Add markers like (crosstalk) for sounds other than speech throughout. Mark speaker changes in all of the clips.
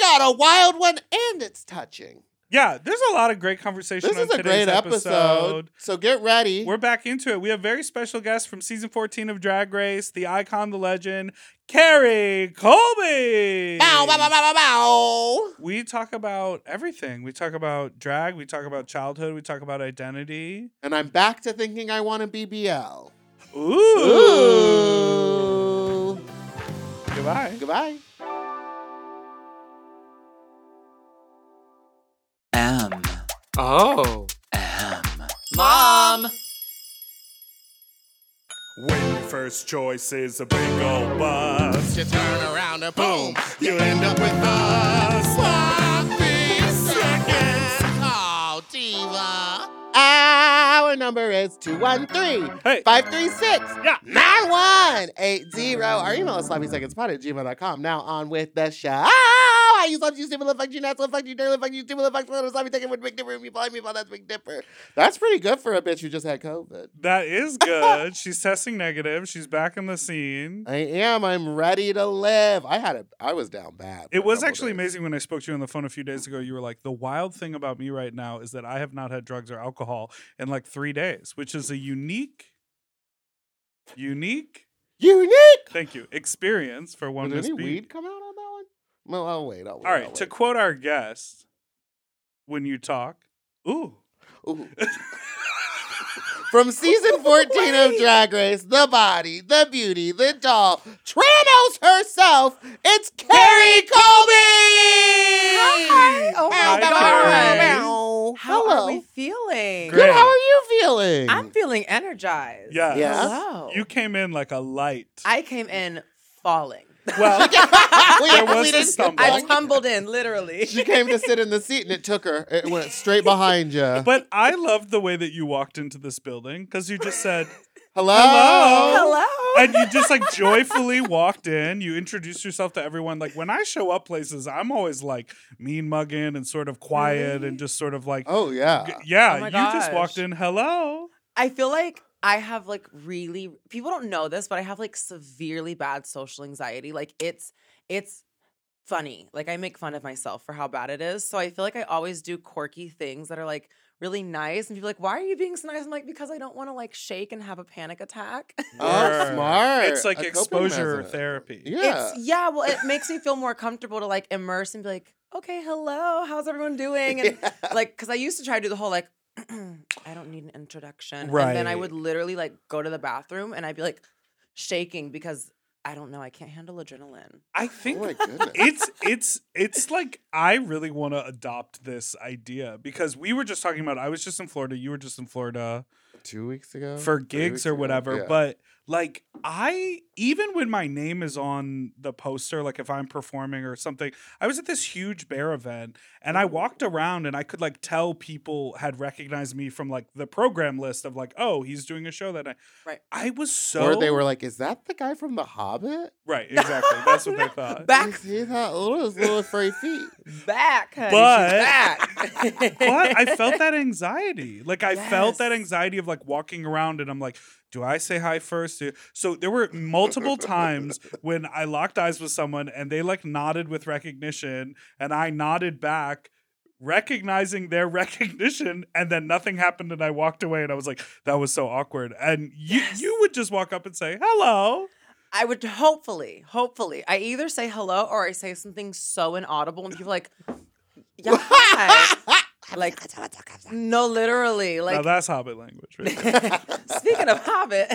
Speaker 1: got a wild one and it's touching.
Speaker 2: Yeah, there's a lot of great conversation
Speaker 1: This
Speaker 2: on
Speaker 1: is a
Speaker 2: today's
Speaker 1: great episode.
Speaker 2: episode.
Speaker 1: So get ready.
Speaker 2: We're back into it. We have very special guests from season 14 of Drag Race, the icon, the legend, Carrie Colby.
Speaker 1: bow, bow, bow, bow, bow, bow.
Speaker 2: We talk about everything. We talk about drag, we talk about childhood, we talk about identity.
Speaker 1: And I'm back to thinking I want a BBL.
Speaker 2: Ooh.
Speaker 1: Ooh.
Speaker 2: Goodbye.
Speaker 1: Goodbye.
Speaker 3: M.
Speaker 4: Oh.
Speaker 3: M.
Speaker 4: Mom!
Speaker 2: When your first choice is a big old bus,
Speaker 1: You turn around and boom, you end up with us. Sloppy seconds. Oh, diva. Our number is 213
Speaker 2: Hey.
Speaker 1: 536
Speaker 2: Yeah.
Speaker 1: 9180. Our email is sloppysecondspot at gmail.com. Now on with the show. I use love you, stupid, love, fuck you, nuts, love, fuck you, dirty, love, fuck you, stupid, love, fuck you, little, sloppy, taking with Big Dipper, if you find me, find that's Big Dipper. That's pretty good for a bitch who just had COVID.
Speaker 2: that is good. She's testing negative. She's back in the scene.
Speaker 1: I am. I'm ready to live. I had a. I was down bad. for a
Speaker 2: It was
Speaker 1: couple
Speaker 2: actually
Speaker 1: days.
Speaker 2: amazing when I spoke to you on the phone a few days ago. You were like, the wild thing about me right now is that I have not had drugs or alcohol in like three days, which is a unique, unique,
Speaker 1: Unique.
Speaker 2: thank you, experience for one
Speaker 1: Did
Speaker 2: Miss
Speaker 1: any
Speaker 2: B.
Speaker 1: weed come out on that one? Well, I'll wait. I'll wait.
Speaker 2: All right,
Speaker 1: I'll
Speaker 2: to
Speaker 1: wait.
Speaker 2: quote our guest, when you talk, ooh, (laughs)
Speaker 1: Ooh. From season 14 of Drag Race, the body, the beauty, the doll, Tranos herself, it's Carrie Colby!
Speaker 5: Hi! Oh my
Speaker 2: Hi,
Speaker 5: god!
Speaker 2: Carrie.
Speaker 5: How
Speaker 1: Hello.
Speaker 5: are we feeling?
Speaker 2: Great.
Speaker 1: Good, how are you feeling? (laughs)
Speaker 5: I'm feeling energized.
Speaker 2: yes.
Speaker 1: Yes.
Speaker 5: Hello.
Speaker 1: Oh.
Speaker 2: You came in like a light.
Speaker 5: I came in
Speaker 2: (laughs)
Speaker 5: falling.
Speaker 1: (laughs)
Speaker 2: well,
Speaker 1: we,
Speaker 2: There was
Speaker 1: we
Speaker 2: a
Speaker 1: didn't-
Speaker 2: stumble.
Speaker 5: I
Speaker 2: Well-
Speaker 5: tumbled in, literally.
Speaker 1: she came to sit in the seat and it took her. It went straight behind you.
Speaker 2: (laughs) but I loved the way that you walked into this building because you just said,
Speaker 1: Hello?
Speaker 2: Hello?
Speaker 5: Hello.
Speaker 2: and you just like joyfully walked in. You introduced yourself to everyone. Like when I show up places, I'm always like mean mugging and sort of quiet and just sort of like,
Speaker 1: Oh, yeah.
Speaker 2: g- yeah,
Speaker 5: Oh my
Speaker 2: you just walked
Speaker 5: gosh.
Speaker 2: in. Hello.
Speaker 5: I feel like I have like really people don't know this, but I have like severely bad social anxiety. Like it's it's funny. Like I make fun of myself for how bad it is. So I feel like I always do quirky things that are like really nice and people are like, why are you being so nice? I'm like, because I don't want to like shake and have a panic attack.
Speaker 1: Oh,
Speaker 2: Word.
Speaker 1: smart.
Speaker 2: It's like
Speaker 1: A coping
Speaker 2: exposure
Speaker 1: mechanism.
Speaker 2: therapy.
Speaker 1: Yeah.
Speaker 5: It's yeah, well, it makes me feel more comfortable to like immerse and be like, okay, hello, how's everyone
Speaker 2: (laughs)
Speaker 5: doing? And like, because I used to try to do the whole like, (clears throat) I don't need an introduction. And then I
Speaker 2: Right.
Speaker 5: would literally like go to the bathroom and I'd be like shaking because I don't know, I can't handle adrenaline.
Speaker 2: I
Speaker 1: oh,
Speaker 2: (laughs) think
Speaker 1: my goodness.
Speaker 2: it's it's it's like I really want to adopt this idea because we were just talking about I was just in Florida, you were just in Florida
Speaker 1: Two weeks ago? Three
Speaker 2: for
Speaker 1: weeks
Speaker 2: gigs or
Speaker 1: ago?
Speaker 2: whatever,
Speaker 1: Yeah.
Speaker 2: but like I even when my name is on the poster like if I'm performing or something, I was at this huge bear event and I
Speaker 1: Mm-hmm.
Speaker 2: walked around and I could like tell people had recognized me from like the program list of like, "Oh, he's doing a show that night."
Speaker 5: Right.
Speaker 2: I was so
Speaker 1: or they were like, "Is that the guy from The Hobbit?
Speaker 2: Right, exactly. That's what
Speaker 1: (laughs)
Speaker 2: they thought.
Speaker 5: Back,
Speaker 1: Is he that little, his little furry
Speaker 2: (laughs)
Speaker 1: feet?"
Speaker 5: back, honey,
Speaker 2: But-
Speaker 5: she's back.
Speaker 2: (laughs) but I felt that anxiety. Like I felt that
Speaker 5: Yes.
Speaker 2: anxiety of like walking around and I'm like, do I say hi first? Do- So there were multiple
Speaker 5: (laughs)
Speaker 2: times when I locked eyes with someone and they like nodded with recognition and I nodded back recognizing their (laughs) recognition and then nothing happened and I walked away and I was like that was so awkward and you you would just walk up and say hello
Speaker 5: (laughs) I would hopefully, hopefully, I either say hello or I say something so inaudible and people
Speaker 2: (laughs)
Speaker 5: are like, yeah, hi." like no, literally,
Speaker 2: now
Speaker 5: like
Speaker 2: that's hobbit language right?
Speaker 5: (laughs) speaking of Hobbit,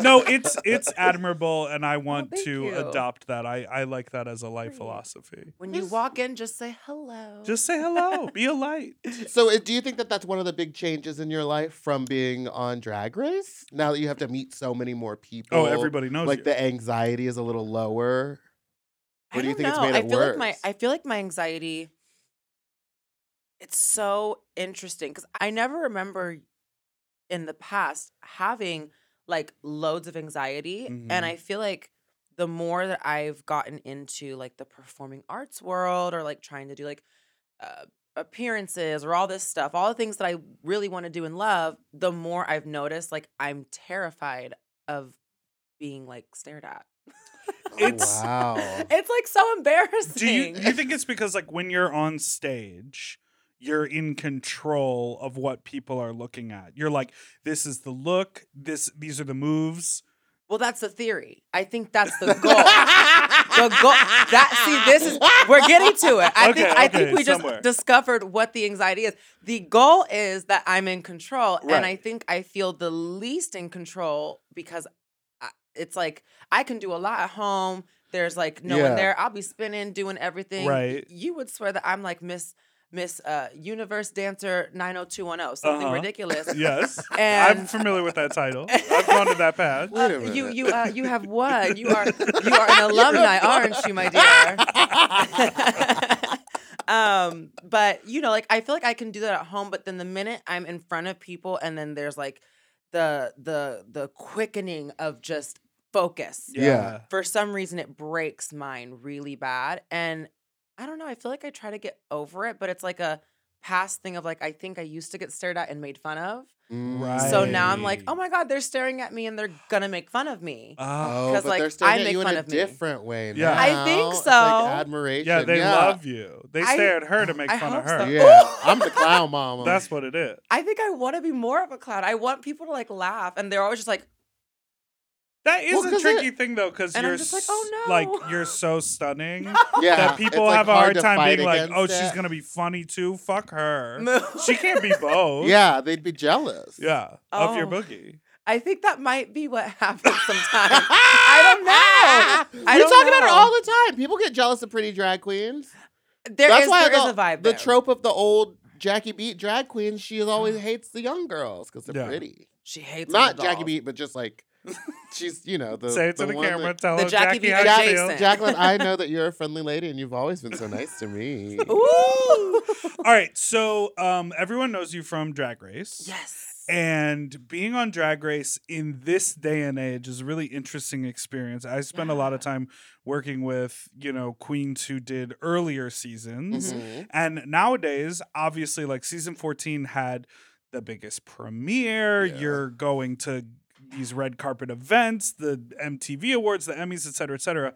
Speaker 2: no, it's
Speaker 5: (laughs)
Speaker 2: it's admirable, and I want
Speaker 5: thank
Speaker 2: to
Speaker 5: you.
Speaker 2: adopt that. I I like that as a life philosophy.
Speaker 5: (laughs) when you walk in, just say hello.
Speaker 2: Just say hello, be a light.
Speaker 1: (laughs) So, uh, do you think that that's one of the big changes in your life from being on Drag Race? Now that you have to meet so many more people,
Speaker 2: Oh, everybody knows
Speaker 1: Like
Speaker 2: you.
Speaker 1: the anxiety is a little lower. What
Speaker 5: I
Speaker 1: do you
Speaker 5: don't
Speaker 1: think it's
Speaker 5: know.
Speaker 1: made
Speaker 5: I
Speaker 1: it
Speaker 5: feel like my
Speaker 1: worse?
Speaker 5: I feel like my anxiety. It's so interesting because I never remember in the past having like loads of anxiety,
Speaker 2: Mhm.
Speaker 1: Mm-hmm.
Speaker 5: and I feel like the more that I've gotten into like the performing arts world or like trying to do like uh, appearances or all this stuff, all the things that I really want to do and love, the more I've noticed like I'm terrified of being like stared at.
Speaker 2: It's (laughs)
Speaker 1: wow.
Speaker 5: It's like so embarrassing.
Speaker 2: do you you think it's because like when you're on stage, you're in control of what people are looking at. You're like, this is the look. This these are the moves.
Speaker 5: well, that's the theory. I think that's
Speaker 2: (laughs)
Speaker 5: the goal. the goal. That see, this is we're getting to it. I think
Speaker 2: Okay,
Speaker 5: I think
Speaker 2: okay,
Speaker 5: we just
Speaker 2: somewhere.
Speaker 5: discovered what the anxiety is. The goal is that I'm in control,
Speaker 2: Right.
Speaker 5: and I think I feel the least in control because I, it's like I can do a lot at home. There's like no
Speaker 1: Yeah.
Speaker 5: one there. I'll be spinning, doing everything.
Speaker 2: Right.
Speaker 5: You would swear that I'm like Miss Miss uh, Universe Dancer 90210, something
Speaker 2: Uh-huh. (laughs)
Speaker 5: ridiculous.
Speaker 2: Yes, I'm
Speaker 5: And-
Speaker 2: familiar with that title. I've gone to that (laughs) path.
Speaker 1: Wait a
Speaker 5: Uh, you
Speaker 1: minute.
Speaker 5: you uh, you have won. You
Speaker 1: (laughs)
Speaker 5: are you are an alumni, aren't you, my dear? um, but you know, like I feel like I can do that at home, but then the minute I'm in front of people, and then there's like the the the quickening of just focus.
Speaker 1: Yeah.
Speaker 5: For some reason, it breaks mine really bad, and I don't know. I feel like I try to get over it, but it's like a past thing of like I think I used to get stared at and made fun of.
Speaker 1: Mm.
Speaker 5: So now I'm like,
Speaker 2: Right.
Speaker 5: oh my god, they're staring at me and they're gonna make fun of me.
Speaker 2: Ah,
Speaker 1: Oh,
Speaker 5: Uh, 'Cause,
Speaker 1: but
Speaker 5: like,
Speaker 1: they're staring
Speaker 5: I
Speaker 1: at
Speaker 5: make
Speaker 1: you in
Speaker 5: fun
Speaker 1: a
Speaker 5: of me.
Speaker 1: different way.
Speaker 2: Yeah.
Speaker 5: I think
Speaker 1: now. It's like
Speaker 5: so.
Speaker 1: admiration.
Speaker 2: yeah, they love you. They
Speaker 5: I-
Speaker 2: stare at her to make
Speaker 5: I
Speaker 2: fun of
Speaker 5: hope so.
Speaker 2: her.
Speaker 5: (laughs)
Speaker 1: Yeah,
Speaker 5: Oh.
Speaker 1: I'm the clown mama.
Speaker 2: That's what it is.
Speaker 5: I think I want to be more of a clown. I want people to like laugh, and they're always just like,
Speaker 2: That is
Speaker 1: Well,
Speaker 2: a
Speaker 1: 'cause
Speaker 2: tricky thing though, because
Speaker 5: And
Speaker 2: you're
Speaker 5: I'm just like,
Speaker 2: s-
Speaker 5: "Oh,
Speaker 2: like
Speaker 5: no."
Speaker 2: you're so
Speaker 5: (laughs)
Speaker 2: stunning
Speaker 1: (laughs) yeah,
Speaker 2: that
Speaker 1: it's,
Speaker 2: people
Speaker 1: like,
Speaker 2: have a hard
Speaker 1: to
Speaker 2: time
Speaker 1: fight
Speaker 2: being like, "Oh,
Speaker 1: against
Speaker 2: she's
Speaker 1: it.
Speaker 2: gonna be funny too. Fuck
Speaker 1: (laughs)
Speaker 2: her.
Speaker 5: "Moo."
Speaker 2: she can't be both."
Speaker 1: Yeah, they'd be jealous. (laughs)
Speaker 2: yeah, of your
Speaker 5: Oh.
Speaker 2: boogie.
Speaker 5: (laughs) I think that might be what happens sometimes. I don't know. I
Speaker 1: we
Speaker 5: don't
Speaker 1: talk about it
Speaker 5: know.
Speaker 1: all the time. People get jealous of pretty drag queens.
Speaker 5: There
Speaker 1: That's
Speaker 5: is-
Speaker 1: why
Speaker 5: there
Speaker 1: the,
Speaker 5: is a vibe.
Speaker 1: The
Speaker 5: there.
Speaker 1: trope of the old Jackie Beat drag queen, she always
Speaker 5: (sighs)
Speaker 1: hates the young girls because they're
Speaker 2: Yeah.
Speaker 1: pretty.
Speaker 5: She hates
Speaker 1: Not
Speaker 5: little
Speaker 1: Jackie
Speaker 5: dolls.
Speaker 1: Beat, but just
Speaker 5: (laughs)
Speaker 1: like she's, you know, the
Speaker 2: Say it to the,
Speaker 1: one
Speaker 2: camera.
Speaker 1: that-
Speaker 2: tell
Speaker 5: The
Speaker 2: her Jackie,
Speaker 5: Jackie
Speaker 2: Jackie
Speaker 5: B
Speaker 2: how you feel.
Speaker 5: adjacent.
Speaker 1: Jacqueline, I know that
Speaker 5: (laughs)
Speaker 1: you're a friendly lady and you've always been so nice to me.
Speaker 5: Ooh.
Speaker 2: All right, so um, everyone knows you from Drag Race.
Speaker 5: (laughs) yes.
Speaker 2: And being on Drag Race in this day and age is a really interesting experience. I spent a lot of time working with, you know, queens who did earlier seasons.
Speaker 5: Mm-hmm.
Speaker 1: Mhm.
Speaker 2: And nowadays, obviously, like season 14 had the biggest premiere.
Speaker 1: Yeah.
Speaker 2: You're going to these red carpet events, the MTV Awards, the Emmys, et cetera, et cetera.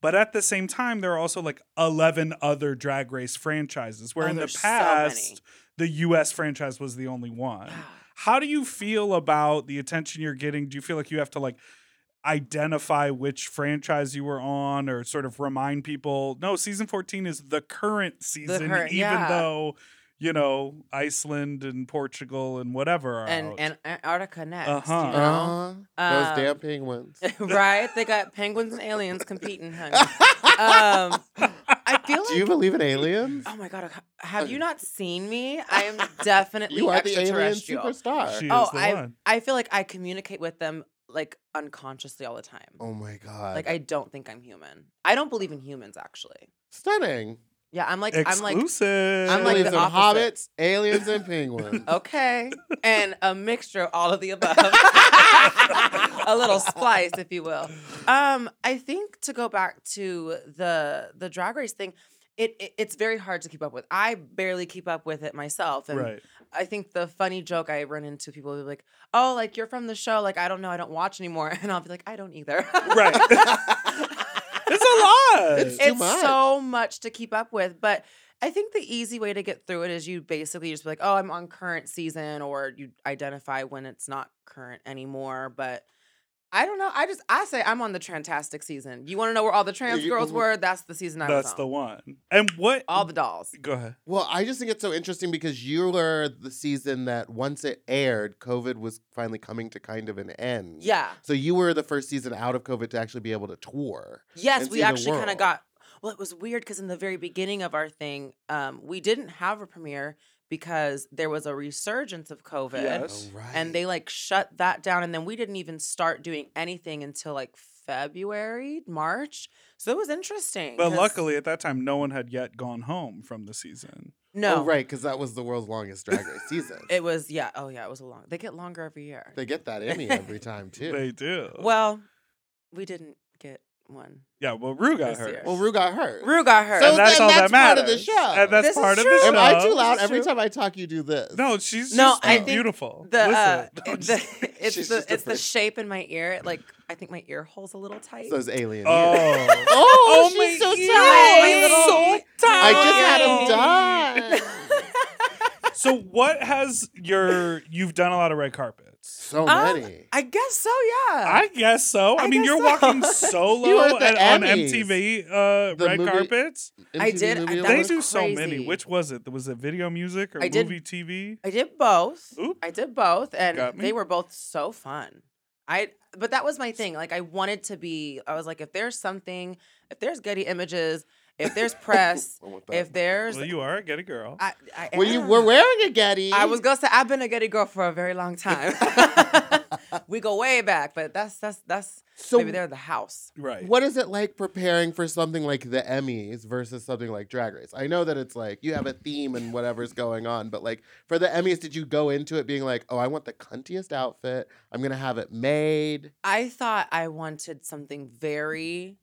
Speaker 2: But at the same time, there are also like 11 other drag race franchises where
Speaker 5: Oh,
Speaker 2: in the
Speaker 5: there's so many.
Speaker 2: past, the US franchise was the only one. How do you feel about the attention you're getting? Do you feel like you have to like identify which franchise you were on or sort of remind people, no, season 14 is the current season,
Speaker 5: current-
Speaker 2: even
Speaker 5: yeah.
Speaker 2: though, you know, Iceland and Portugal and whatever are
Speaker 5: And
Speaker 2: out.
Speaker 5: and Antarctica next.
Speaker 2: Uh-huh.
Speaker 5: You know?
Speaker 1: Uh,
Speaker 5: Um,
Speaker 1: those damn
Speaker 5: (laughs)
Speaker 1: penguins. (laughs)
Speaker 5: right? They got penguins and aliens competing, honey. Um, I feel like
Speaker 1: Do you believe in aliens?
Speaker 5: Oh my god, have you not seen me? I
Speaker 1: (laughs)
Speaker 5: am definitely
Speaker 1: You are the alien
Speaker 5: extraterrestrial.
Speaker 1: superstar.
Speaker 2: she
Speaker 5: oh,
Speaker 2: is the
Speaker 5: I
Speaker 2: one.
Speaker 5: I feel like I communicate with them like unconsciously all the time.
Speaker 1: oh my god!
Speaker 5: Like I don't think I'm human. I don't believe in humans actually. Stunning. Yeah, I'm like I'm like
Speaker 2: Exclusive.
Speaker 5: I'm like
Speaker 1: believes
Speaker 2: (laughs)
Speaker 5: the
Speaker 1: in
Speaker 5: opposite.
Speaker 1: hobbits, aliens, and penguins. (laughs)
Speaker 5: (laughs) okay, and a mixture of all of the above. (laughs) a little splice, if you will. Um, I think to go back to the the drag race thing, it, it it's very hard to keep up with. I barely keep up with it myself, and (laughs)
Speaker 2: right.
Speaker 5: I think the funny joke I run into people will be like, "Oh, like you're from the show, like I don't know, I don't watch anymore," (laughs) and I'll be like, "I don't either." (laughs)
Speaker 2: Right. it's a lot.
Speaker 1: It's- Too
Speaker 5: it's
Speaker 1: much.
Speaker 5: so much to keep up with, but I think the easy way to get through it is you basically just be like, "Oh, I'm on current season," or you identify when it's not current anymore, but. I don't know. I just I say I'm on the Trantastic season. You want to know where all the trans
Speaker 1: you-
Speaker 5: girls were? That's the season I
Speaker 2: That's
Speaker 5: was on.
Speaker 2: the one. And what
Speaker 5: all the dolls.
Speaker 2: Go ahead.
Speaker 5: (laughs)
Speaker 1: Well, I just think it's so interesting because you were the season that once it aired, COVID was finally coming to kind of an end.
Speaker 5: Yeah.
Speaker 1: So you were the first season out of COVID to actually be able to tour.
Speaker 5: Yes,
Speaker 1: and
Speaker 5: we
Speaker 1: see the
Speaker 5: actually kind of
Speaker 1: world.
Speaker 5: got. Well, it was weird because in the very beginning of our thing, um, we didn't have a premiere because there was a resurgence of COVID,
Speaker 2: Yes.
Speaker 1: right.
Speaker 5: and they like shut that down, and then we didn't even start doing anything until like February, March. So it was interesting.
Speaker 2: But
Speaker 5: 'cause-
Speaker 2: luckily, at that time, no one had yet gone home from the season.
Speaker 5: no,
Speaker 1: Oh, right, because that was the world's longest Drag Race season.
Speaker 5: (laughs) It was yeah. Oh yeah, it was a long. They get longer every year. (laughs)
Speaker 1: they get that Emmy every time too.
Speaker 2: They do.
Speaker 5: well, we didn't get one.
Speaker 2: Yeah, well, Rue got
Speaker 5: This
Speaker 2: hurt.
Speaker 5: year.
Speaker 1: Well, Rue got hurt.
Speaker 5: Rue got hurt.
Speaker 1: So
Speaker 2: and that's
Speaker 1: then
Speaker 2: all
Speaker 1: that's
Speaker 2: that
Speaker 1: part
Speaker 2: matters.
Speaker 1: of the show.
Speaker 2: And that's
Speaker 5: This is
Speaker 2: part of the
Speaker 5: true.
Speaker 2: show.
Speaker 1: Am I too loud?
Speaker 5: That's
Speaker 1: Every
Speaker 5: true.
Speaker 1: time I talk, you do this.
Speaker 2: No, she's
Speaker 5: No,
Speaker 2: just uh,
Speaker 5: I think
Speaker 2: beautiful.
Speaker 1: (laughs)
Speaker 5: the uh,
Speaker 2: Listen.
Speaker 5: (laughs) it- the, it's
Speaker 1: She's
Speaker 5: the
Speaker 1: just a
Speaker 5: it's the
Speaker 1: person.
Speaker 5: shape in my ear. It, like I think my ear hole's a little tight.
Speaker 1: So it's alien.
Speaker 5: (laughs)
Speaker 2: oh.
Speaker 1: Oh,
Speaker 2: Oh,
Speaker 1: she's
Speaker 2: my
Speaker 1: so
Speaker 2: ear.
Speaker 1: tired.
Speaker 5: My little-
Speaker 2: so
Speaker 1: I just
Speaker 5: Oh.
Speaker 1: had him done.
Speaker 5: (laughs)
Speaker 2: so what has your you've done a lot of red carpets?
Speaker 1: so
Speaker 5: Um,
Speaker 1: many.
Speaker 5: I guess so. Yeah.
Speaker 2: I guess so. I,
Speaker 5: I
Speaker 2: mean,
Speaker 5: guess
Speaker 2: you're
Speaker 5: so. (laughs)
Speaker 2: walking
Speaker 1: You
Speaker 2: solo
Speaker 1: were at the
Speaker 2: at, on
Speaker 1: Emmys.
Speaker 2: MTV uh,
Speaker 1: The
Speaker 2: red
Speaker 1: movie-
Speaker 2: carpets.
Speaker 5: I
Speaker 1: MTV
Speaker 5: did-
Speaker 1: Movie
Speaker 5: I- that
Speaker 2: They
Speaker 1: Awards?
Speaker 5: was
Speaker 2: do so many.
Speaker 5: crazy.
Speaker 2: Which was it? Was it video music or
Speaker 5: I did-
Speaker 2: movie TV?
Speaker 5: I did both.
Speaker 2: Oop.
Speaker 5: I did both,
Speaker 2: Got
Speaker 5: and
Speaker 2: me.
Speaker 5: they were both so fun. I but that was my thing. Like I wanted to be. I was like, if there's something, if there's Getty Images,
Speaker 1: (laughs)
Speaker 5: if there's press,
Speaker 1: I want that.
Speaker 5: if there's,
Speaker 2: Well, you are. Get a girl.
Speaker 5: I, I
Speaker 1: well, you
Speaker 5: am.
Speaker 1: were wearing a Getty.
Speaker 5: I was gonna say I've been a Getty girl for a very
Speaker 1: (laughs)
Speaker 5: long time. (laughs) we go way back, but that's that's that's
Speaker 1: So
Speaker 5: maybe they're the house.
Speaker 2: right.
Speaker 1: What is it like preparing for something like the Emmys versus something like Drag Race? I know that it's like you have a theme and whatever's going on, but like for the Emmys, did you go into it being like, oh, I want the cuntiest outfit? I'm going to have it made.
Speaker 5: I thought I wanted something very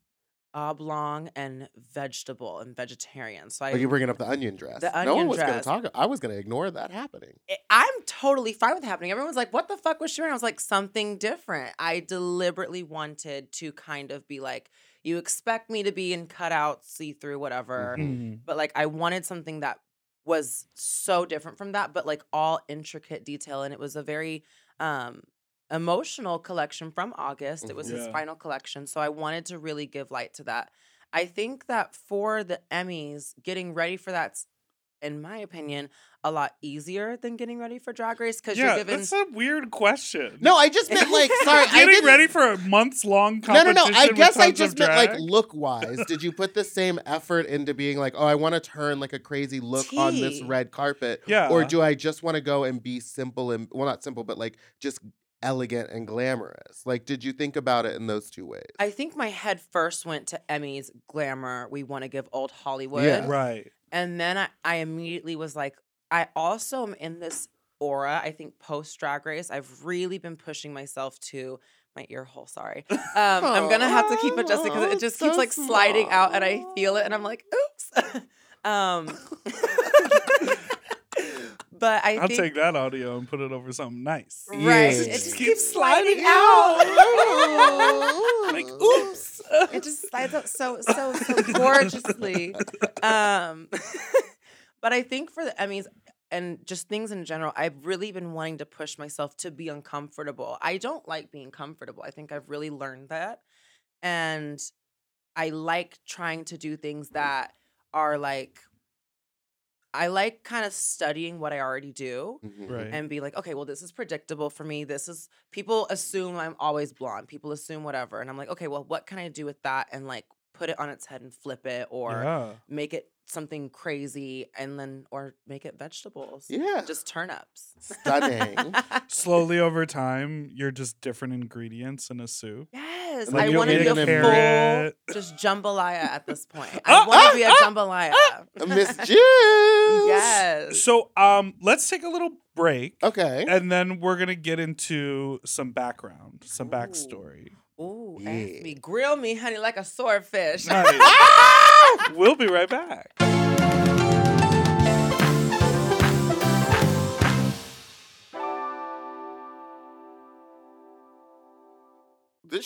Speaker 5: oblong and vegetable and vegetarian. So I
Speaker 1: Like you're bringing up the onion dress.
Speaker 5: The
Speaker 1: no one
Speaker 5: onion
Speaker 1: was
Speaker 5: dress.
Speaker 1: going to talk. I was going to ignore that
Speaker 5: (laughs)
Speaker 1: happening.
Speaker 5: it- I'm totally fine with happening. Everyone's like, what the fuck was she wearing? I was like, something different. I deliberately wanted to kind of be like, you expect me to be in cutout, see through, whatever.
Speaker 1: Mhm.
Speaker 2: Mm.
Speaker 5: But like, I wanted something that was so different from that, but like all intricate detail. And it was a very um, emotional collection from August. It was his
Speaker 2: Mm-hmm. Yeah.
Speaker 5: final collection. So I wanted to really give light to that. I think that for the Emmys, getting ready for that's, in my opinion, a lot easier than getting ready for Drag Race because
Speaker 2: Yeah,
Speaker 5: you're given.
Speaker 2: that's a weird question.
Speaker 1: No, I just meant like,
Speaker 2: (laughs)
Speaker 1: sorry. I
Speaker 2: getting
Speaker 1: didn't-
Speaker 2: ready for a months long
Speaker 1: No, no,
Speaker 2: competition.
Speaker 1: no. I
Speaker 2: with
Speaker 1: guess I
Speaker 2: tons
Speaker 1: just
Speaker 2: of
Speaker 1: meant like
Speaker 2: drag?
Speaker 1: look wise. Did you put the same effort into being like, oh, I want to turn like a crazy look on this
Speaker 5: Tea.
Speaker 1: red carpet?
Speaker 2: Yeah.
Speaker 1: Or do I just want to go and be simple and, well, not simple, but like just elegant and glamorous? Like, did you think about it in those two ways?
Speaker 5: I think my head first went to Emmys glamour. We want to give old Hollywood.
Speaker 1: Yeah.
Speaker 2: right.
Speaker 5: And then I, I immediately was like, I also am in this aura. I think post drag race, I've really been pushing myself to my ear hole. Sorry. Um, I'm going to have to keep adjusting because
Speaker 1: Aw,
Speaker 5: it just
Speaker 1: so
Speaker 5: keeps like sliding out and I feel it and I'm like, oops. (laughs) um, but I
Speaker 2: I'll
Speaker 5: think.
Speaker 2: take that audio and put it over something nice.
Speaker 5: Right.
Speaker 1: Yeah.
Speaker 5: It just
Speaker 2: Keep
Speaker 5: keeps
Speaker 2: sliding
Speaker 5: sliding out.
Speaker 1: like,
Speaker 5: oops. (laughs) It just slides out so so so gorgeously. Um (laughs) but I think for the Emmys and just things in general, I've really been wanting to push myself to be uncomfortable. I don't like being comfortable. I think I've really learned that. And I like trying to do things that are like I like kind of studying what I already do
Speaker 1: Mm-hmm.
Speaker 2: Right.
Speaker 5: and be like, okay, well, this is predictable for me. This is people assume I'm always blonde. People assume whatever, and I'm like, okay, well, what can I do with that? And like put it on its head and flip it, or
Speaker 2: yeah.
Speaker 5: make it something crazy, and then or make it vegetables.
Speaker 1: Yeah.
Speaker 5: Just turnips. (laughs)
Speaker 1: Stunning.
Speaker 2: Slowly over time, you're just different ingredients in a soup.
Speaker 5: yes,
Speaker 1: Like
Speaker 5: I
Speaker 1: you'll
Speaker 5: want to
Speaker 1: make
Speaker 5: be a
Speaker 1: an
Speaker 2: carrot.
Speaker 5: full just jambalaya at this point.
Speaker 2: Ah,
Speaker 5: I want
Speaker 2: ah,
Speaker 5: to be a
Speaker 2: ah,
Speaker 5: jambalaya.
Speaker 1: Miss Juice.
Speaker 5: yes.
Speaker 2: So, um, let's take a little break,
Speaker 1: Okay.
Speaker 5: (laughs)
Speaker 2: and then we're gonna get into some background, some
Speaker 5: Ooh.
Speaker 2: backstory.
Speaker 5: Ooh, ask
Speaker 1: Yeah.
Speaker 5: me, grill me, honey, like a swordfish. (laughs)
Speaker 2: Nice. we'll be right back.
Speaker 1: This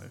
Speaker 2: life?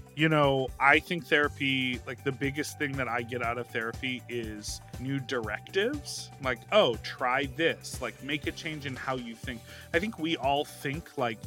Speaker 2: you know, I think therapy, like the biggest thing that I get out of therapy is new directives. Like, oh, try this. Like, make a change in how you think. I think we all think like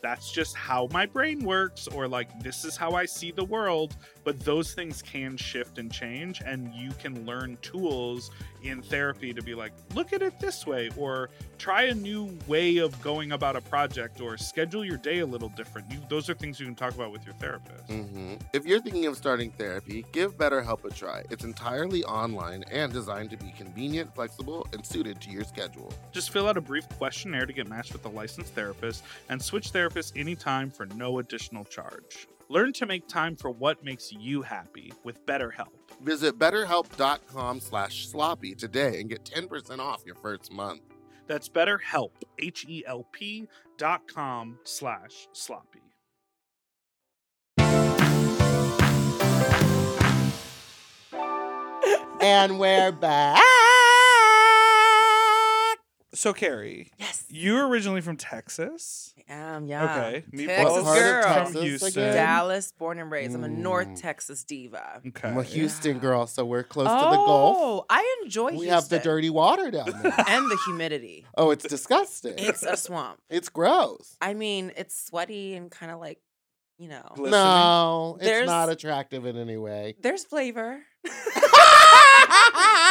Speaker 2: that's just how my brain works or like this is how I see the world, but those things can shift and change and you can learn tools in therapy to be like, look at it this way or try a new way of going about a project or schedule your day a little different. You those are things you can talk about with your therapist.
Speaker 1: hmm If you're thinking of starting therapy, give BetterHelp a try. It's entirely online and designed to be convenient, flexible, and suited to your schedule.
Speaker 2: Just fill out a brief questionnaire to get matched with a licensed therapist and switch therapists anytime for no additional charge. Learn to make time for what makes you happy with BetterHelp.
Speaker 1: Visit betterhelp.com slash sloppy today and get 10% off your first month.
Speaker 2: That's BetterHelp, H E L P dot com slash sloppy.
Speaker 1: And we're back.
Speaker 2: So, Carrie,
Speaker 5: Yes.
Speaker 2: you're originally from Texas.
Speaker 5: Um, yeah.
Speaker 2: Okay.
Speaker 5: Texas
Speaker 1: What part of
Speaker 5: girl.
Speaker 1: Texas
Speaker 2: From Houston.
Speaker 1: again?
Speaker 5: Dallas, born and raised. I'm a North
Speaker 1: Mm.
Speaker 5: Texas diva.
Speaker 2: Okay.
Speaker 1: I'm a Houston girl, so we're close
Speaker 5: oh,
Speaker 1: to the Gulf.
Speaker 5: I enjoy
Speaker 1: We
Speaker 5: Houston.
Speaker 1: have the dirty water down there.
Speaker 5: (laughs) and the humidity.
Speaker 1: oh, it's disgusting.
Speaker 5: It's a swamp.
Speaker 1: It's gross.
Speaker 5: I mean, it's sweaty and kind of like, you know,
Speaker 2: Glistening.
Speaker 1: No, it's
Speaker 5: There's-
Speaker 1: not attractive in any way. (laughs)
Speaker 5: there's flavor.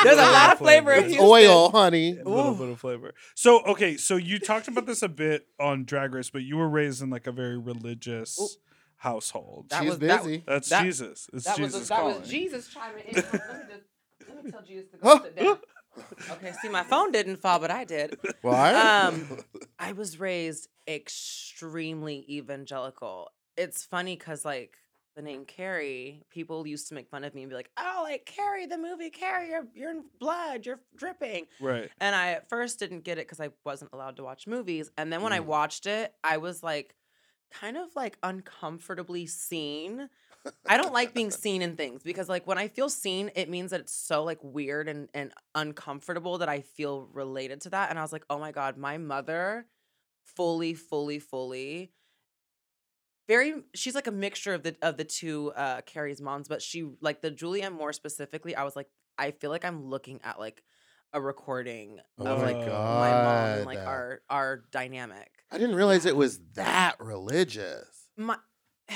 Speaker 2: There's
Speaker 5: There's a lot of flavor in
Speaker 2: It's
Speaker 1: It's
Speaker 5: Houston.
Speaker 1: oil, honey.
Speaker 2: A little
Speaker 5: Ooh.
Speaker 2: bit of flavor. So, okay, so you talked about this a bit on Drag Race, but you were raised in like a very religious household.
Speaker 5: That
Speaker 1: She's
Speaker 5: was- that-
Speaker 1: busy.
Speaker 2: That's
Speaker 5: that-
Speaker 2: Jesus. It's
Speaker 5: That was,
Speaker 2: Jesus
Speaker 5: a, that was
Speaker 2: calling.
Speaker 5: Jesus chiming in. Let me, just, let me tell Jesus to go sit down. Okay, see, my phone didn't fall, but I did.
Speaker 1: (laughs) Why?
Speaker 5: Um, I was raised extremely evangelical. It's funny because, like, the name Carrie, people used to make fun of me and be like, oh, like Carrie, the movie Carrie, you're, you're in blood, you're dripping. (laughs)
Speaker 2: Right.
Speaker 5: And I at first didn't get it because I wasn't allowed to watch movies. And then when I
Speaker 1: Mm.
Speaker 5: watched it, I was like, kind of like uncomfortably seen. I don't like being seen in things because, like, when I feel seen, it means that it's so like weird and, and uncomfortable that I feel related to that. And I was like, oh my God, my mother fully, fully, fully. Very, she's like a mixture of the of the two uh, Carrie's moms, but she like the Julianne more specifically. I was like, I feel like I'm looking at like a recording
Speaker 1: Oh
Speaker 5: of
Speaker 2: my
Speaker 5: like my mom and like
Speaker 1: God.
Speaker 5: our our dynamic.
Speaker 1: I didn't realize it was that religious.
Speaker 5: My (sighs)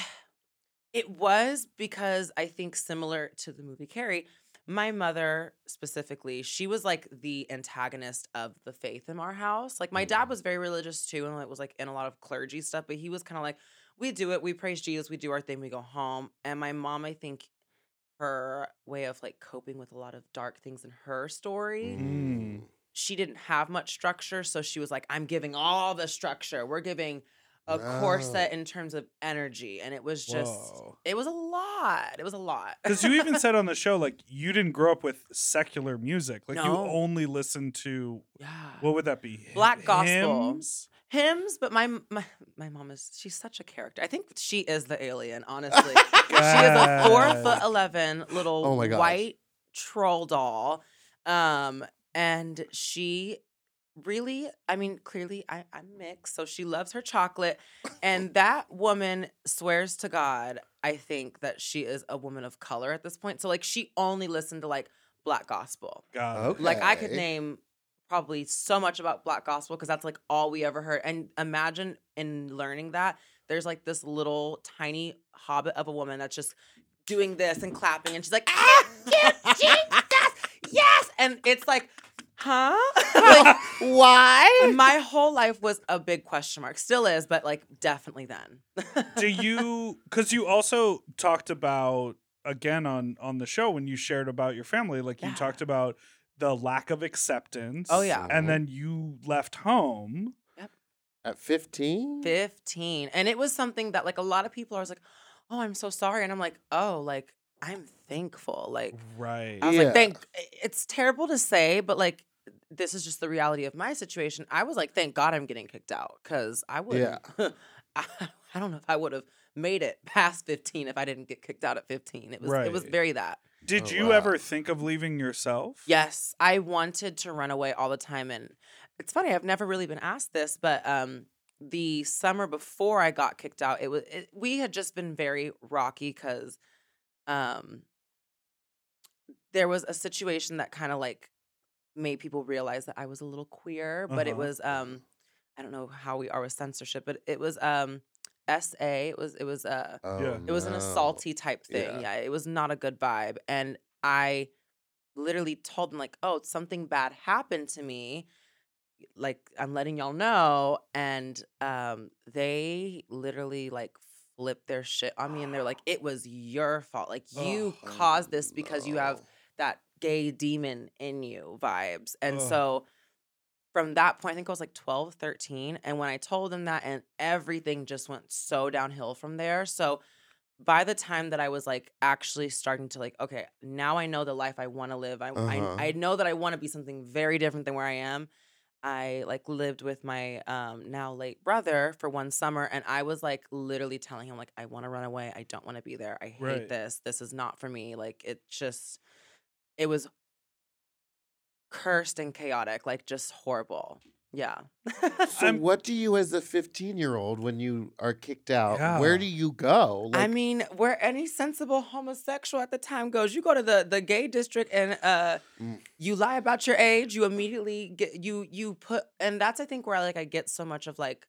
Speaker 5: it was because I think similar to the movie Carrie, my mother specifically, she was like the antagonist of the faith in our house. Like my dad
Speaker 1: Mm.
Speaker 5: was very religious too and like was like in a lot of clergy stuff, but he was kind of like we do it, we praise Jesus, we do our thing, we go home. And my mom, I think her way of like coping with a lot of dark things in her story
Speaker 2: Mm.
Speaker 5: she didn't have much structure. So she was like, I'm giving all the structure. We're giving a corset in terms of energy. And it was just,
Speaker 1: Mm.
Speaker 5: it was a lot. It was a lot.
Speaker 2: Because you even said on the show, like, you didn't grow up with secular music. Like, you
Speaker 5: No.
Speaker 2: only listened to,
Speaker 5: (laughs) yeah.
Speaker 2: what would that be?
Speaker 5: Black gospel.
Speaker 2: Hymns?
Speaker 5: hymns, but my, my my mom is she's such a character. I think she is the alien, honestly. she is a four
Speaker 2: God.
Speaker 5: foot eleven little
Speaker 1: Oh my gosh.
Speaker 5: white troll doll. Um, and she really, I mean, clearly I, I'm mixed, so she loves her chocolate.
Speaker 1: (laughs)
Speaker 5: And that woman swears to God, I think, that she is a woman of color at this point. So like she only listened to like black gospel.
Speaker 2: God.
Speaker 1: Okay.
Speaker 5: Like I could
Speaker 1: Okay.
Speaker 5: name probably so much about black gospel because that's like all we ever heard. And imagine in learning that there's like this little tiny hobbit of a woman that's just doing this and clapping and she's like, ah, yes, Jesus, yes. And it's like, huh? like (laughs)
Speaker 1: Why?
Speaker 5: my whole life was a big question mark. Still is, but like definitely then.
Speaker 2: do
Speaker 5: (laughs)
Speaker 2: you because you also talked about again on on the show when you shared about your family like you
Speaker 5: Yeah.
Speaker 2: talked about the lack of acceptance
Speaker 5: Oh, yeah.
Speaker 2: and then you left home
Speaker 1: At 15?
Speaker 5: 15 and it was something that like a lot of people are like oh i'm so sorry and i'm like oh like i'm thankful like
Speaker 2: right
Speaker 5: i was
Speaker 1: Yeah.
Speaker 5: like thank eh, it's terrible to say but like this is just the reality of my situation i was like thank god i'm getting kicked out because i would
Speaker 1: Yeah.
Speaker 5: (laughs) I, I don't know if i would have made it past 15 if i didn't get kicked out at 15 it was it was
Speaker 2: Right.
Speaker 5: very that
Speaker 2: did
Speaker 1: Oh,
Speaker 2: you
Speaker 1: wow.
Speaker 2: ever think of leaving yourself
Speaker 5: Yes, I wanted to run away all the time, and it's funny. I've never really been asked this, but um, the summer before I got kicked out, it was it, we had just been very rocky because um there was a situation that kind of like made people realize that I was a little queer, but it
Speaker 2: Uh-huh.
Speaker 5: was um I don't know how we are with censorship, but it was um SA it was it was uh
Speaker 2: Yeah.
Speaker 5: it was an
Speaker 1: Oh, no.
Speaker 5: assaulty type thing.
Speaker 1: Yeah.
Speaker 5: Yeah. it was not a good vibe. And I literally told them like, "Oh, something bad happened to me. Like I'm letting y'all know." And um, they literally like flipped their shit on me, and they're like, "It was your fault. Like you
Speaker 1: Oh,
Speaker 5: caused this because you have
Speaker 1: no.
Speaker 5: that gay demon in you vibes. And
Speaker 2: Ugh.
Speaker 5: so from that point, I think I was like 12, 13. And when I told them that, and everything just went so downhill from there. So by the time that I was like actually starting to like, okay, now I know the life I want to live. I,
Speaker 1: Uh-huh.
Speaker 5: I I know that I want to be something very different than where I am. I like lived with my um now late brother for one summer and I was like literally telling him like I want to run away. I don't want to be there. I hate
Speaker 2: Right.
Speaker 5: this. This is not for me. Like it just it was cursed and chaotic, like just horrible. Yeah. (laughs)
Speaker 1: So
Speaker 2: I'm-
Speaker 1: what do you as a 15 year old when you are kicked out? Where
Speaker 2: Yeah.
Speaker 1: do you go?
Speaker 5: I mean, where any sensible homosexual at the time goes, you go to the the gay district and uh
Speaker 1: Mm.
Speaker 5: you lie about your age, you immediately get you you put and that's I think where I like I get so much of like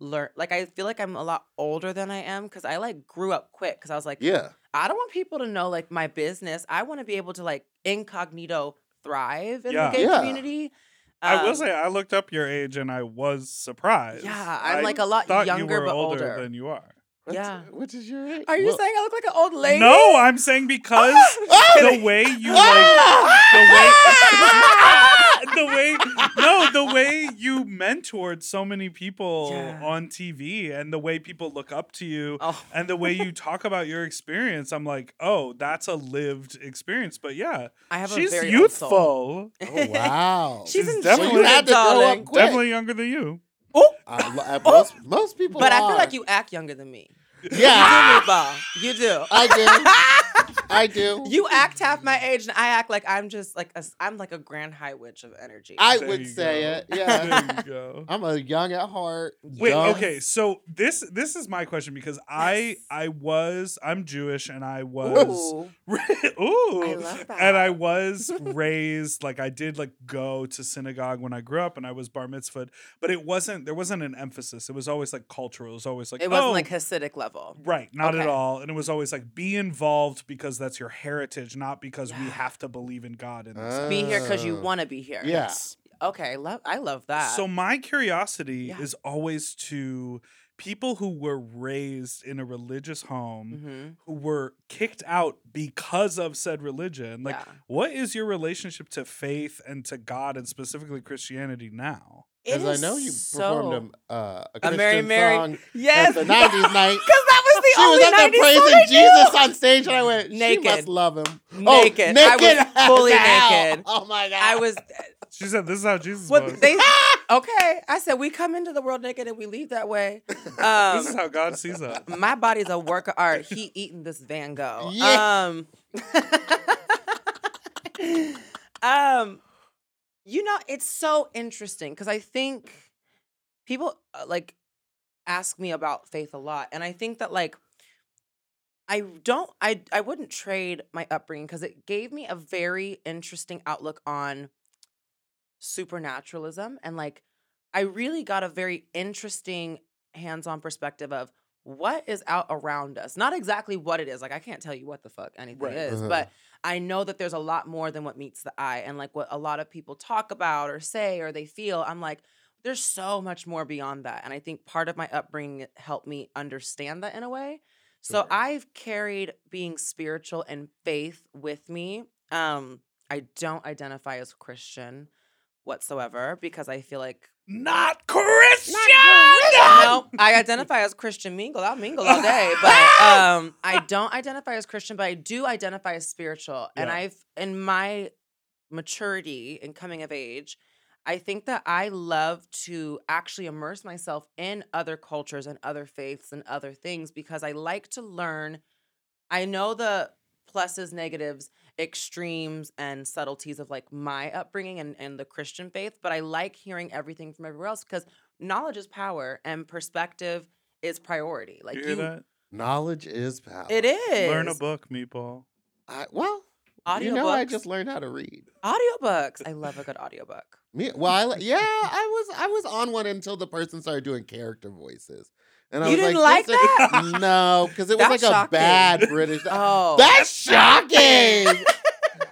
Speaker 5: learn like I feel like I'm a lot older than I am cuz I like grew up quick cuz I was like
Speaker 1: yeah.
Speaker 5: I don't want people to know like my business. I want to be able to like incognito thrive in
Speaker 2: Yeah.
Speaker 5: the gay
Speaker 1: Yeah.
Speaker 5: community.
Speaker 2: I will
Speaker 5: Um,
Speaker 2: say I looked up your age and I was surprised.
Speaker 5: Yeah,
Speaker 2: I
Speaker 5: I'm, like, a lot
Speaker 2: thought you
Speaker 5: younger
Speaker 2: were
Speaker 5: but
Speaker 2: older,
Speaker 5: older.
Speaker 2: than you are.
Speaker 1: What's-
Speaker 5: Yeah.
Speaker 1: What is your age?
Speaker 5: Are you
Speaker 1: Well-
Speaker 5: saying I look like an old lady? Oh,
Speaker 2: No, I'm saying because the way you like
Speaker 5: Ah!
Speaker 2: the way
Speaker 5: (laughs)
Speaker 2: the way (laughs) no the way you mentored so many people
Speaker 5: Yeah.
Speaker 2: on TV and the way people look up to (laughs) you
Speaker 5: Oh.
Speaker 2: and the way you talk about your experience I'm like oh that's a lived experience but yeah
Speaker 5: I have
Speaker 2: she's
Speaker 5: a very old soul.
Speaker 2: youthful
Speaker 1: Oh, wow.
Speaker 5: (laughs) She's,
Speaker 2: She's
Speaker 5: in
Speaker 2: definitely-
Speaker 5: June,
Speaker 2: You
Speaker 1: had to grow
Speaker 5: darling.
Speaker 1: up quick.
Speaker 2: definitely younger than you
Speaker 1: Uh, lo-
Speaker 5: (laughs)
Speaker 1: uh, most, most people
Speaker 5: But I feel
Speaker 1: are.
Speaker 5: like you act younger than me.
Speaker 1: Yeah.
Speaker 5: (laughs) You do, meatball. You
Speaker 1: (laughs)
Speaker 5: do.
Speaker 1: I do. I do.
Speaker 5: (laughs) You act half my age, and I act like I'm just like a, s- I'm like a grand high witch of energy.
Speaker 1: I
Speaker 2: There
Speaker 1: would
Speaker 2: you
Speaker 1: say
Speaker 2: go.
Speaker 1: it. Yeah.
Speaker 2: there you go
Speaker 1: I'm a young at heart.
Speaker 2: Wait,
Speaker 1: young-
Speaker 2: okay. So this this is my question because I
Speaker 5: Yes.
Speaker 2: I was I'm Jewish and I
Speaker 5: (laughs)
Speaker 2: was
Speaker 5: Ooh,
Speaker 2: ooh,
Speaker 5: I love that.
Speaker 2: and I
Speaker 5: (laughs)
Speaker 2: was raised like I did like go to synagogue when I grew up and I was bar mitzvahed, but it wasn't there wasn't an emphasis. It was always like cultural. It was always like
Speaker 5: it wasn't
Speaker 2: oh,
Speaker 5: like Hasidic level.
Speaker 2: Right, not at
Speaker 5: Okay.
Speaker 2: all. And it was always like be involved because that's your heritage, not because we
Speaker 5: Yeah.
Speaker 2: have to believe in God in this.
Speaker 1: Uh,
Speaker 5: Be here because you
Speaker 1: Oh.
Speaker 5: want to be here.
Speaker 1: Yeah.
Speaker 5: Okay. Love. I love that.
Speaker 2: So my curiosity
Speaker 5: Yeah.
Speaker 2: is always to people who were raised in a religious home
Speaker 5: hmm
Speaker 2: who were kicked out because of said religion. Like
Speaker 5: yeah.
Speaker 2: what is your relationship to faith and to God and specifically Christianity now?
Speaker 5: It
Speaker 1: As I
Speaker 5: is
Speaker 1: know you
Speaker 5: so-
Speaker 1: performed a, uh, a Christian
Speaker 5: Mary Mary-
Speaker 1: song
Speaker 5: Yes.
Speaker 1: at the 90s
Speaker 5: (laughs)
Speaker 1: night.
Speaker 5: Because that was the
Speaker 1: She
Speaker 5: only
Speaker 1: was up there
Speaker 5: 90s song I
Speaker 1: praising
Speaker 5: knew.
Speaker 1: Jesus on stage, and I went, naked. she must
Speaker 5: Naked.
Speaker 1: love him. Oh,
Speaker 5: Naked.
Speaker 1: naked
Speaker 5: I was
Speaker 1: (laughs)
Speaker 5: fully
Speaker 1: as hell.
Speaker 5: naked.
Speaker 1: Oh, my God.
Speaker 5: I was
Speaker 2: She said this is how Jesus
Speaker 5: what
Speaker 2: was. (laughs)
Speaker 5: they okay. I said we come into the world naked and we leave that way.
Speaker 2: (laughs) this is
Speaker 5: Um,
Speaker 2: how God sees
Speaker 5: (laughs)
Speaker 2: us.
Speaker 5: my body's a work of art. He eating this Van Gogh.
Speaker 1: Yeah.
Speaker 5: Um, (laughs) um, you know, it's so interesting because I think people uh, like ask me about faith a lot, and I think that like I don't, I I wouldn't trade my upbringing because it gave me a very interesting outlook on supernaturalism and like I really got a very interesting hands-on perspective of what is out around us. Not exactly what it is. Like I can't tell you what the fuck anything
Speaker 2: Right.
Speaker 5: is,
Speaker 1: Uh-huh.
Speaker 5: but I know that there's a lot more than what meets the eye and like what a lot of people talk about or say or they feel. I'm like there's so much more beyond that. And I think part of my upbringing helped me understand that in a way. So
Speaker 1: Sure.
Speaker 5: I've carried being spiritual and faith with me. Um, I don't identify as Christian whatsoever because I feel like
Speaker 2: Not Christian.
Speaker 5: no, I identify as Christian mingle. I'll mingle all day,
Speaker 2: (laughs)
Speaker 5: but um, I don't identify as Christian, but I do identify as spiritual. And
Speaker 2: Yeah.
Speaker 5: I've in my maturity and coming of age, I think that I love to actually immerse myself in other cultures and other faiths and other things because I like to learn. I know the pluses, negatives, extremes, and subtleties of like my upbringing and, and the Christian faith, but I like hearing everything from everywhere else because knowledge is power and perspective is priority. Like
Speaker 2: you
Speaker 5: you,
Speaker 2: hear that?
Speaker 1: Knowledge is power.
Speaker 5: it is
Speaker 2: Learn a book, meatball.
Speaker 1: I, well, you
Speaker 5: Audiobooks.
Speaker 1: know, I just learned how to read.
Speaker 5: audiobooks. I love a good audiobook.
Speaker 1: Me, well, I, li- yeah, I was I was on one until the person started doing character voices, and I
Speaker 5: You
Speaker 1: was
Speaker 5: didn't
Speaker 1: like, this
Speaker 5: like
Speaker 1: is- (laughs) No, because it was
Speaker 5: That's
Speaker 1: like a
Speaker 5: shocking.
Speaker 1: bad British.
Speaker 5: Oh,
Speaker 1: (laughs) That's shocking.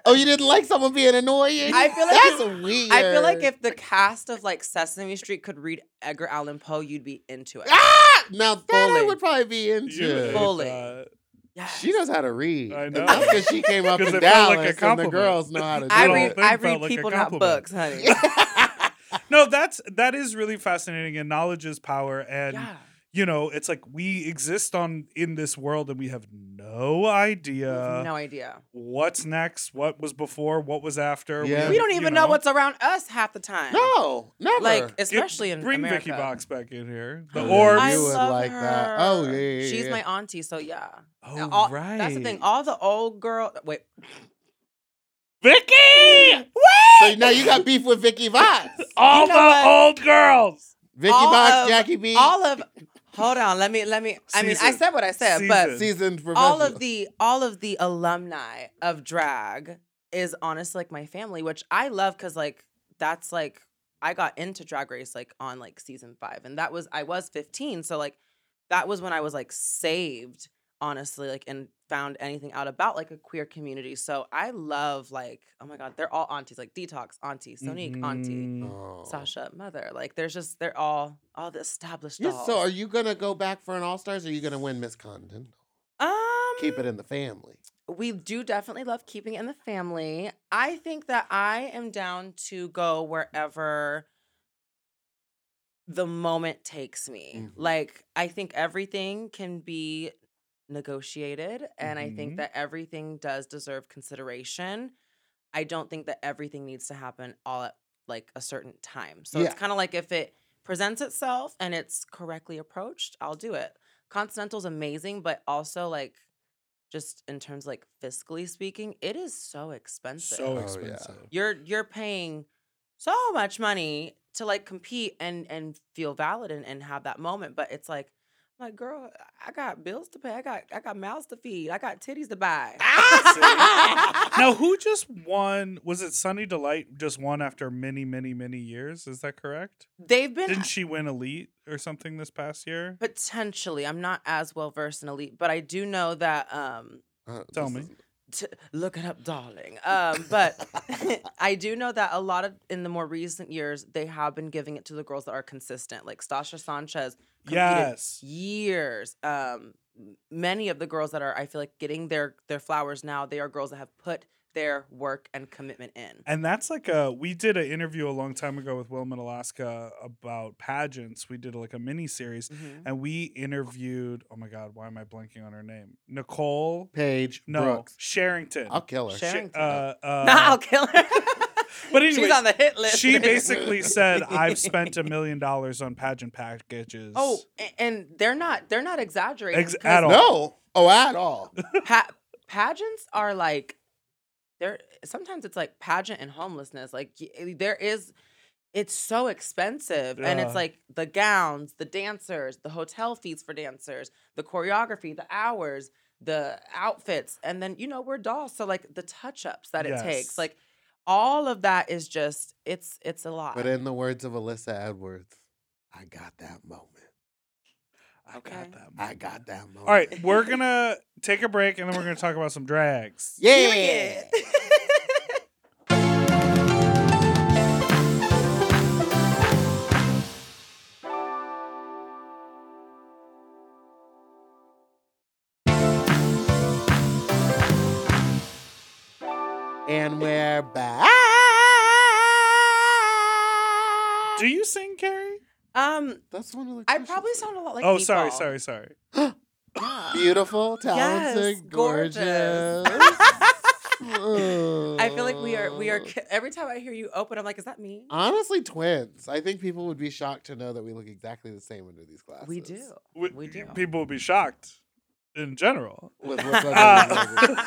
Speaker 1: oh, you didn't like someone being annoying?
Speaker 5: I feel like
Speaker 1: that's weird.
Speaker 5: I feel like if the cast of like Sesame Street could read Edgar Allan Poe, you'd be into it.
Speaker 1: ah, now that I
Speaker 5: Fully.
Speaker 1: would probably be
Speaker 2: You
Speaker 1: into.
Speaker 5: Fully.
Speaker 2: idiot.
Speaker 5: Yes.
Speaker 1: She knows how to read.
Speaker 2: I
Speaker 1: And
Speaker 2: know.
Speaker 1: That's because she came up
Speaker 2: (laughs) 'Cause
Speaker 1: in
Speaker 2: it felt like a
Speaker 1: Dallas, and the
Speaker 2: compliment.
Speaker 1: girls know how to do
Speaker 5: I
Speaker 2: Good
Speaker 5: read
Speaker 2: old
Speaker 1: it. (laughs)
Speaker 2: thing
Speaker 5: I
Speaker 2: felt
Speaker 5: read
Speaker 2: like a
Speaker 5: people, not
Speaker 2: compliment.
Speaker 5: books, honey.
Speaker 2: No, that's that is really fascinating, and knowledge is
Speaker 5: (laughs)
Speaker 2: power. And
Speaker 5: yeah.
Speaker 2: you know, it's like we exist on in this world, and we have no idea
Speaker 5: I have no idea.
Speaker 2: what's next, what was before, what was after.
Speaker 1: Yeah.
Speaker 2: have-
Speaker 5: We don't
Speaker 2: you
Speaker 5: even know. what's around us half the time.
Speaker 1: No, never.
Speaker 5: Like
Speaker 2: Get-
Speaker 5: especially in
Speaker 2: bring
Speaker 5: America.
Speaker 2: Vicky Box back in here. The
Speaker 1: Oh,
Speaker 2: orb.
Speaker 1: yeah.
Speaker 5: I
Speaker 1: You would
Speaker 5: love
Speaker 1: like
Speaker 5: her.
Speaker 1: that. Oh, yeah, yeah,
Speaker 5: She's
Speaker 1: yeah.
Speaker 5: my auntie, so yeah.
Speaker 2: oh
Speaker 5: All-
Speaker 2: right.
Speaker 5: That's the thing. All the old girl. Wait.
Speaker 2: Vicky.
Speaker 1: so now you got beef with Vicky Vox.
Speaker 2: All
Speaker 5: Mm. know
Speaker 2: the
Speaker 5: what?
Speaker 2: old girls.
Speaker 1: Vicky
Speaker 5: All
Speaker 1: Vox,
Speaker 5: of-
Speaker 1: Jackie B,
Speaker 5: All of. Hold on. Let me. Let me. I mean, I
Speaker 2: Season.
Speaker 5: said what I said, but
Speaker 2: Season.
Speaker 1: seasoned professional.
Speaker 5: all of the all of the alumni of drag is honestly like my family, which I love because like that's like I got into Drag Race like on like season five, and that was I was fifteen, so like that was when I was like saved honestly like and found anything out about like a queer community. So I love like oh my god, they're all aunties like Detox auntie, Sonique auntie,
Speaker 2: Mhm.
Speaker 1: Oh.
Speaker 5: Sasha mother. Like there's just they're all all the established.
Speaker 1: Yeah,
Speaker 5: dolls.
Speaker 1: so are you gonna go back for an All Stars? Or are you gonna win Miss Condon?
Speaker 5: um
Speaker 1: Keep it in the family.
Speaker 5: we do definitely love keeping it in the family. I think that I am down to go wherever the moment takes me.
Speaker 1: Mhm.
Speaker 5: Like, I think everything can be negotiated, and I
Speaker 2: Mhm.
Speaker 5: think that everything does deserve consideration. I don't think that everything needs to happen all at like a certain time. So
Speaker 1: Yeah.
Speaker 5: it's kind of like if it presents itself and it's correctly approached, I'll do it. Continental's amazing, but also like just in terms like fiscally speaking, it is so expensive.
Speaker 2: So
Speaker 1: Oh, yeah.
Speaker 2: expensive.
Speaker 5: you're you're paying so much money to like compete and and feel valid and, and have that moment. But it's like, I'm like, girl, I got bills to pay. I got I got mouths to feed. I got titties to buy. (laughs)
Speaker 2: Now, who just won? Was it Sunny Delight just won after many, many, many years? Is that correct?
Speaker 5: They've been
Speaker 2: Didn't she win Elite or something this past year?
Speaker 5: potentially. I'm not as well versed in elite, but I do know that um
Speaker 1: Uh,
Speaker 2: Tell
Speaker 1: this
Speaker 2: me.
Speaker 1: is-
Speaker 5: t- look it up, darling. Um, but (laughs) I do know that a lot of in the more recent years they have been giving it to the girls that are consistent, like Stasha Sanchez. competed
Speaker 2: Yes.
Speaker 5: years. Um, m- many of the girls that are, I feel like, getting their their flowers now. They are girls that have put their work and commitment in.
Speaker 2: And that's like a we did an interview a long time ago with Wilma in Alaska about pageants. We did like a mini series
Speaker 5: Mhm.
Speaker 2: and we interviewed oh my god, why am I blanking on her name? Nicole
Speaker 1: (laughs) Paige
Speaker 2: No
Speaker 1: Brooks.
Speaker 2: Sherrington.
Speaker 1: I'll kill her.
Speaker 2: She-
Speaker 5: Sharon- Sherrington.
Speaker 2: uh,
Speaker 5: (laughs)
Speaker 2: uh,
Speaker 5: (laughs) Nah, I'll
Speaker 2: (laughs)
Speaker 5: kill her.
Speaker 2: But
Speaker 5: She's
Speaker 2: anyways,
Speaker 5: on the hit list. (laughs)
Speaker 2: she basically said, I've spent a million dollars on pageant packages.
Speaker 5: Oh, a- and they're not they're not exaggerating
Speaker 2: Ex-
Speaker 5: because
Speaker 2: at all.
Speaker 1: No. Oh, at all.
Speaker 5: pa- pageants are like there sometimes it's like pageant and homelessness like y- eh, there is it's so expensive and
Speaker 2: Yeah.
Speaker 5: it's like the gowns the dancers the hotel fees for dancers the choreography the hours the outfits and then you know we're dolls so like the touch-ups that it
Speaker 2: Yes.
Speaker 5: takes like all of that is just it's it's a lot
Speaker 1: But in the words of Alyssa Edwards, I got that moment.
Speaker 2: I
Speaker 5: Okay.
Speaker 2: got that.
Speaker 1: I
Speaker 2: moment.
Speaker 1: got that moment.
Speaker 2: All
Speaker 5: (laughs)
Speaker 2: right, we're gonna take a break and then we're gonna talk about some drags.
Speaker 1: Yeah.
Speaker 2: (laughs)
Speaker 5: Period. (laughs)
Speaker 1: And we're back.
Speaker 2: Do you sing, Carrie?
Speaker 5: um
Speaker 1: That's one of the
Speaker 5: i
Speaker 1: questions.
Speaker 5: probably sound a lot like
Speaker 2: oh, sorry,
Speaker 5: Meatball.
Speaker 2: sorry, sorry.
Speaker 5: Yeah.
Speaker 1: beautiful, talented,
Speaker 5: Yes,
Speaker 1: gorgeous.
Speaker 5: gorgeous. (laughs) I feel like we are we are
Speaker 1: Ugh.
Speaker 5: ki- every time I hear you open, I'm like, is that me?
Speaker 1: Honestly, twins. I think people would be shocked to know that we look exactly the same under these glasses.
Speaker 2: (laughs)
Speaker 5: We do.
Speaker 2: We,
Speaker 5: We do.
Speaker 2: People will be shocked in general.
Speaker 5: (laughs)
Speaker 1: (laughs) With what's under
Speaker 2: Ah.
Speaker 1: these lenses.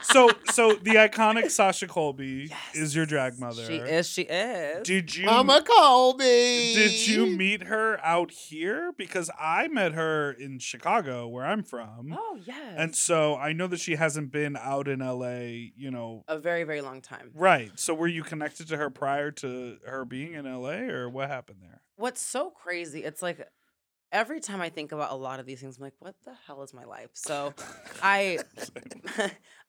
Speaker 2: so so the iconic Sasha Colby
Speaker 5: (laughs) Yes.
Speaker 2: is your drag mother.
Speaker 5: She is. She is.
Speaker 2: Did you
Speaker 1: Mama Colby.
Speaker 2: did you meet her out here? Because I met her in Chicago, where I'm from.
Speaker 5: oh yes.
Speaker 2: And so I know that she hasn't been out in LA, you know.
Speaker 5: a very very long time.
Speaker 2: Right. So were you connected to her prior to her being in LA or what happened there?
Speaker 5: (laughs)
Speaker 2: (laughs)
Speaker 5: What's so crazy? It's like every time I think about a lot of these things, I'm like, what the hell is my life? So I (laughs)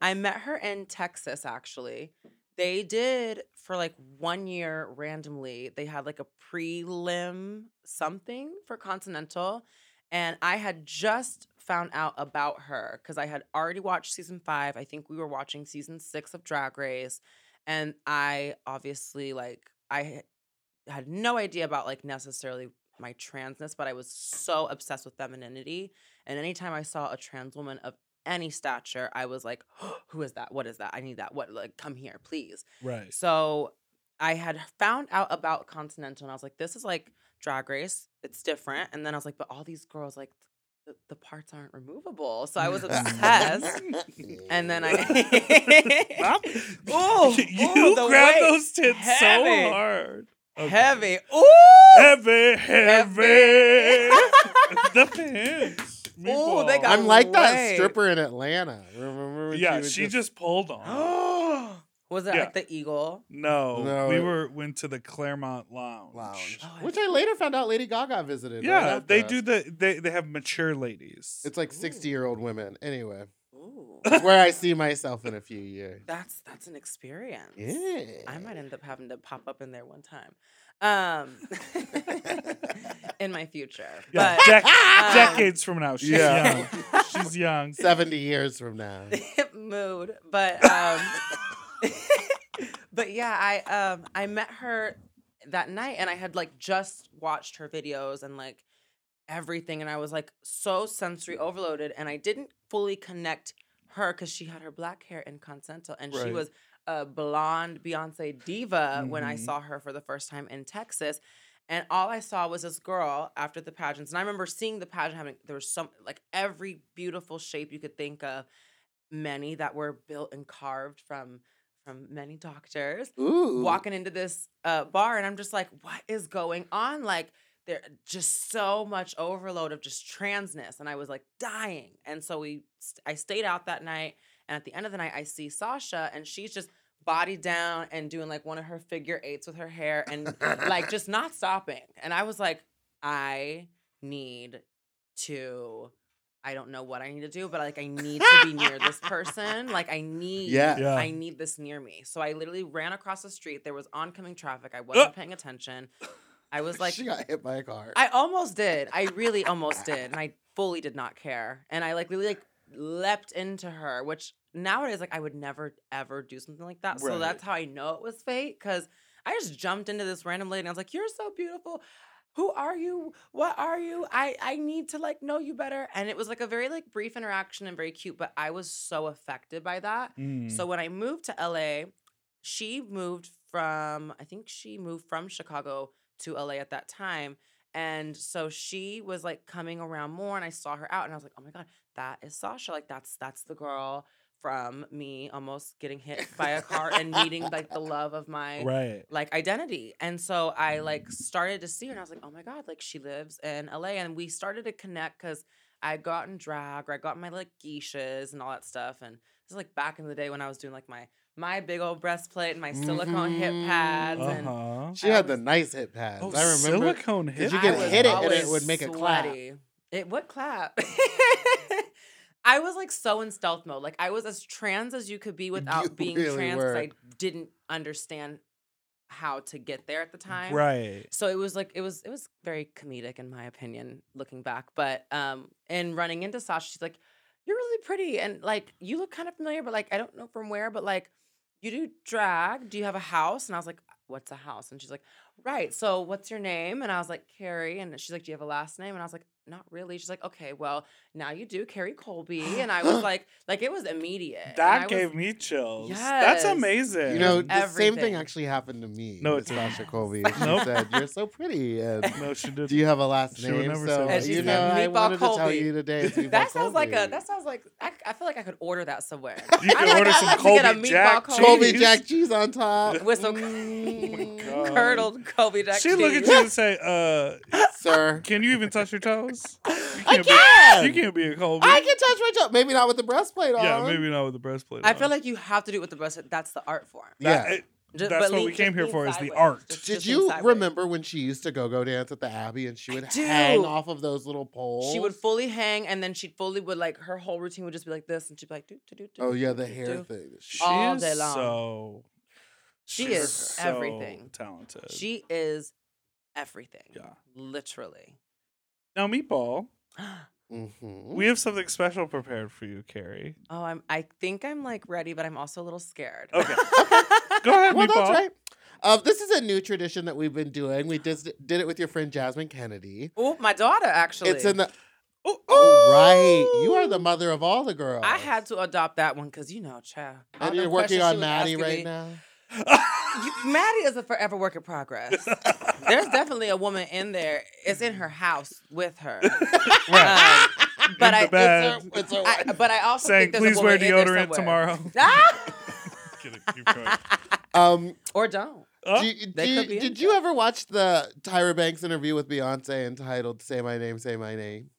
Speaker 5: I met her in Texas actually. They did for like one year randomly. They had like a prelim something for Continental, and I had just found out about her because I had already watched season five. I think we were watching season six of Drag Race, and I obviously like I had no idea about like necessarily my transness, but I was so obsessed with femininity. And anytime I saw a trans woman of any stature, I was like, (gasps) who is that? What is that? I need that. What like come here, please.
Speaker 2: Right.
Speaker 5: So I had found out about Continental and I was like, this is like drag race. It's different. And then I was like, but all these girls like the, the parts aren't removable. So I was obsessed.
Speaker 2: (laughs)
Speaker 5: and then I (laughs) Oh,
Speaker 2: you
Speaker 5: oh, the
Speaker 2: grab
Speaker 5: weight.
Speaker 2: those tits
Speaker 5: Heavy.
Speaker 2: so hard. (laughs) Okay.
Speaker 5: heavy. Ooh.
Speaker 2: (laughs)
Speaker 5: (gasps)
Speaker 2: Heavy, heavy. the pants.
Speaker 5: (laughs) Ooh, they
Speaker 2: Meatball.
Speaker 5: got-
Speaker 1: I'm like that
Speaker 5: Wait.
Speaker 1: stripper in Atlanta. Remember? when
Speaker 2: Yeah,
Speaker 1: was
Speaker 2: she just pulled
Speaker 5: (gasps)
Speaker 2: on.
Speaker 5: was it
Speaker 2: Yeah.
Speaker 5: like the eagle?
Speaker 2: No,
Speaker 1: No,
Speaker 2: we
Speaker 1: it-
Speaker 2: were went to the Claremont Lounge.
Speaker 1: lounge,
Speaker 5: Oh, I
Speaker 1: which I later found out Lady Gaga visited. right
Speaker 2: Yeah,
Speaker 1: after
Speaker 2: they
Speaker 1: us.
Speaker 2: do the they they have mature ladies.
Speaker 1: It's like
Speaker 5: Ooh.
Speaker 1: 60 year old women.
Speaker 2: (laughs)
Speaker 1: Anyway,
Speaker 5: Ooh.
Speaker 1: it's where I see myself in a few years.
Speaker 5: That's that's an experience.
Speaker 1: Yeah.
Speaker 5: I might end up having to pop up in there one time. Um
Speaker 1: (laughs)
Speaker 5: in my future.
Speaker 2: yeah,
Speaker 5: (laughs) But
Speaker 2: dec-
Speaker 5: um,
Speaker 2: decades from now. She's
Speaker 5: (laughs)
Speaker 1: Yeah.
Speaker 2: young. She's young.
Speaker 1: 70 years from now.
Speaker 5: mood. But um (laughs) but yeah, I um I met her that night and I had like just watched her videos and like everything and I was like so sensory overloaded and I didn't fully connect her because she had her black hair in Consental and she
Speaker 2: Right.
Speaker 5: was a blonde Beyonce diva when I
Speaker 2: Mhm.
Speaker 5: saw her for the first time in Texas. And all I saw was this girl after the pageants. And I remember seeing the pageant having there was some like every beautiful shape you could think of, many that were built and carved from from many doctors
Speaker 1: Ooh.
Speaker 5: walking into this uh, bar and I'm just like, what is going on? Like there just so much overload of just transness, and I was like dying. And so we, st- I stayed out that night, and at the end of the night, I see Sasha, and she's just body down and doing like one of her figure eights with her hair, and (laughs) like just not stopping. And I was like, I need to. I don't know what I need to do, but like I need to be near this person. Like I need
Speaker 1: Yeah.
Speaker 2: Yeah.
Speaker 5: I need this near me. So I literally ran across the street. There was oncoming traffic. I wasn't paying attention. I was like,
Speaker 1: she got hit by a car.
Speaker 5: I almost did. I really almost did. And I fully did not care. And I like really like leapt into her, which nowadays like I would never ever do something like
Speaker 2: Right.
Speaker 5: that. So that's how I know it was fate. Cause I just jumped into this random lady and I was like, You're so beautiful. Who are you? What are you? I I need to like know you better. And it was like a very like brief interaction and very cute, but I was so affected by that.
Speaker 2: Mm.
Speaker 5: So when I moved to LA, she moved from I think she moved from Chicago to LA at that time. And so she was like coming around more and I saw her out and I was like, "Oh my god, that is Sasha. Like that's that's the girl from me almost getting hit by a car and meeting like the love of my
Speaker 2: right.
Speaker 5: like identity. And so I
Speaker 1: Mm.
Speaker 5: like started to see her and I was like, oh my God, like she lives in LA. And we started to connect because I got in drag or I got my like geishas and all that stuff. And this is like back in the day when I was doing like my my big old breastplate and my silicone
Speaker 1: Mhm.
Speaker 5: hip pads
Speaker 2: Uh
Speaker 5: and
Speaker 2: huh.
Speaker 1: she had the nice hit pads.
Speaker 2: Oh,
Speaker 1: I remember.
Speaker 2: silicone hip.
Speaker 1: you
Speaker 5: I
Speaker 1: could
Speaker 5: was
Speaker 1: hit it and it
Speaker 5: always
Speaker 1: would make a clap.
Speaker 5: sweaty. It would clap. (laughs) I was like so in stealth mode. Like I was as trans as you
Speaker 1: (laughs)
Speaker 5: could be without
Speaker 1: You
Speaker 5: being
Speaker 1: really
Speaker 5: trans because
Speaker 1: were.
Speaker 5: I didn't understand how to get there at the time.
Speaker 2: Right.
Speaker 5: So it was like it was it was very comedic in my opinion, looking back. But um, and running into Sasha, she's like, "You're really pretty, and like you look kind of familiar, but like I don't know from where, but like you do drag. Do you have a house?" And I was like, "What's a house?" And she's like, "Right. So what's your name?" And I was like, "Carrie." And she's like, "Do you have a last name?" And I was like, "Not really." She's like, "Okay, well now you do, Carrie Colby." And
Speaker 2: (gasps)
Speaker 5: I was like, like it was immediate. and I
Speaker 2: That
Speaker 5: was- (laughs)
Speaker 2: gave me chills.
Speaker 5: Yes.
Speaker 2: That's amazing.
Speaker 1: You know, the same
Speaker 5: everything.
Speaker 1: thing actually happened to me.
Speaker 2: No,
Speaker 1: with
Speaker 2: it
Speaker 1: Sasha
Speaker 5: didn't.
Speaker 2: (laughs)
Speaker 1: Colby. She
Speaker 2: Nope.
Speaker 1: said, "You're so pretty." And
Speaker 2: (laughs) no, she did.
Speaker 1: do you have a last
Speaker 2: She would
Speaker 1: name?
Speaker 2: never say
Speaker 1: so
Speaker 2: that.
Speaker 5: And she
Speaker 1: you
Speaker 5: said,
Speaker 1: know, I
Speaker 5: "Meatball
Speaker 1: wanted to tell
Speaker 5: Colby."
Speaker 1: you today. it's
Speaker 5: That
Speaker 1: Meatball
Speaker 5: sounds like a
Speaker 1: Colby.
Speaker 5: that sounds like I, I feel like I could order that somewhere.
Speaker 2: You
Speaker 5: I
Speaker 1: (laughs)
Speaker 2: can
Speaker 5: like-
Speaker 2: order
Speaker 5: I
Speaker 2: some
Speaker 5: like to
Speaker 2: Colby
Speaker 5: get a meatball
Speaker 2: Jack
Speaker 5: Colby.
Speaker 1: Colby
Speaker 2: cheese.
Speaker 1: Jack cheese on
Speaker 5: (laughs)
Speaker 1: top.
Speaker 5: With
Speaker 2: Oh
Speaker 5: some
Speaker 1: Mm,
Speaker 2: God.
Speaker 5: Curdled Kobe Jack
Speaker 2: She'd look at
Speaker 5: cheese.
Speaker 2: you and say, uh,
Speaker 1: (laughs) sir.
Speaker 2: can you even touch your toes? (laughs)
Speaker 5: (laughs)
Speaker 2: You
Speaker 1: I
Speaker 2: be-
Speaker 1: can!
Speaker 2: you can't be a Colby.
Speaker 1: I can touch my toe. Maybe not with the breastplate on.
Speaker 2: yeah, maybe not with the breastplate
Speaker 5: I
Speaker 2: on.
Speaker 5: feel like you have to do it with the breast. That's the art form.
Speaker 1: Yeah.
Speaker 2: That-
Speaker 5: Just-
Speaker 2: That's
Speaker 5: but
Speaker 2: what
Speaker 5: lean-
Speaker 2: we came
Speaker 5: just
Speaker 2: here
Speaker 5: lean
Speaker 2: for, is the
Speaker 5: sideways.
Speaker 2: art.
Speaker 5: Just-
Speaker 1: Did
Speaker 5: just lean
Speaker 1: you
Speaker 5: sideways.
Speaker 1: remember when she used to go-go dance at the Abbey and she would
Speaker 5: do.
Speaker 1: hang off of those little poles?
Speaker 5: She would fully hang, and then she'd fully would like her whole routine would just be like this, and she'd be like, do, do, do, do,
Speaker 1: Oh yeah,
Speaker 5: do,
Speaker 1: the
Speaker 5: do,
Speaker 1: hair
Speaker 5: do.
Speaker 1: thing.
Speaker 2: She
Speaker 5: all
Speaker 2: is
Speaker 5: day long.
Speaker 2: So
Speaker 5: She
Speaker 2: she's
Speaker 5: is
Speaker 2: so
Speaker 5: everything.
Speaker 2: Talented.
Speaker 5: She is everything.
Speaker 2: Yeah.
Speaker 5: literally. (gasps)
Speaker 2: now, Meatball,
Speaker 1: Mhm.
Speaker 5: Mm-hmm.
Speaker 2: we have something special prepared for you, Carrie.
Speaker 5: Oh, I'm. I think I'm like ready, but I'm also a little scared. (laughs)
Speaker 2: Okay. (laughs) Go ahead,
Speaker 1: well,
Speaker 2: Meatball.
Speaker 1: that's right. Uh, this is a new tradition that we've been doing. We just did it with your friend Jasmine Kennedy.
Speaker 5: Oh, my daughter actually.
Speaker 1: It's in the
Speaker 2: Oh,
Speaker 1: oh
Speaker 5: (laughs)
Speaker 1: right. You are the mother of all the girls.
Speaker 5: I had to adopt that one because you know, child. all
Speaker 1: And
Speaker 5: them
Speaker 1: you're working
Speaker 5: questions she
Speaker 1: on
Speaker 5: was
Speaker 1: Maddie
Speaker 5: asking
Speaker 1: right
Speaker 5: me-
Speaker 1: now.
Speaker 5: You- Maddie is a forever work in progress. There's definitely a woman in there. It's in her house with her.
Speaker 2: (laughs) Right.
Speaker 5: Um, but
Speaker 2: In
Speaker 5: I,
Speaker 2: the bed,
Speaker 1: It's all (laughs)
Speaker 5: I,
Speaker 1: right.
Speaker 5: but I also
Speaker 2: saying,
Speaker 5: think there's a
Speaker 2: please wear
Speaker 5: woman in there
Speaker 2: deodorant
Speaker 5: somewhere."
Speaker 2: tomorrow.
Speaker 5: (laughs)
Speaker 2: (laughs)
Speaker 5: Ah!
Speaker 2: Kidding, keep going.
Speaker 1: Um,
Speaker 5: or don't.
Speaker 2: Oh,
Speaker 1: do you-
Speaker 5: they
Speaker 1: do you-
Speaker 5: could be
Speaker 1: did
Speaker 5: into
Speaker 1: you
Speaker 5: it.
Speaker 1: ever watch the Tyra Banks interview with Beyonce entitled "Say My Name, Say My Name"?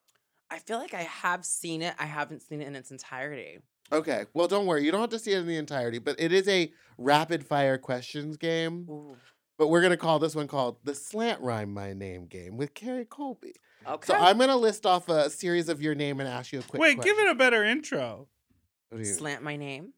Speaker 5: I feel like I have seen it. I haven't seen it in its entirety.
Speaker 1: Okay, well, don't worry. You don't have to see it in the entirety, but it is a rapid fire questions game.
Speaker 5: Ooh.
Speaker 1: But we're gonna call this one called the Slant Rhyme My Name Game with Carrie Colby.
Speaker 5: Okay.
Speaker 1: So I'm gonna list off a series of your name and ask you a quick.
Speaker 2: Wait,
Speaker 1: question.
Speaker 2: give it a better intro.
Speaker 1: What do you-
Speaker 5: Slant my name.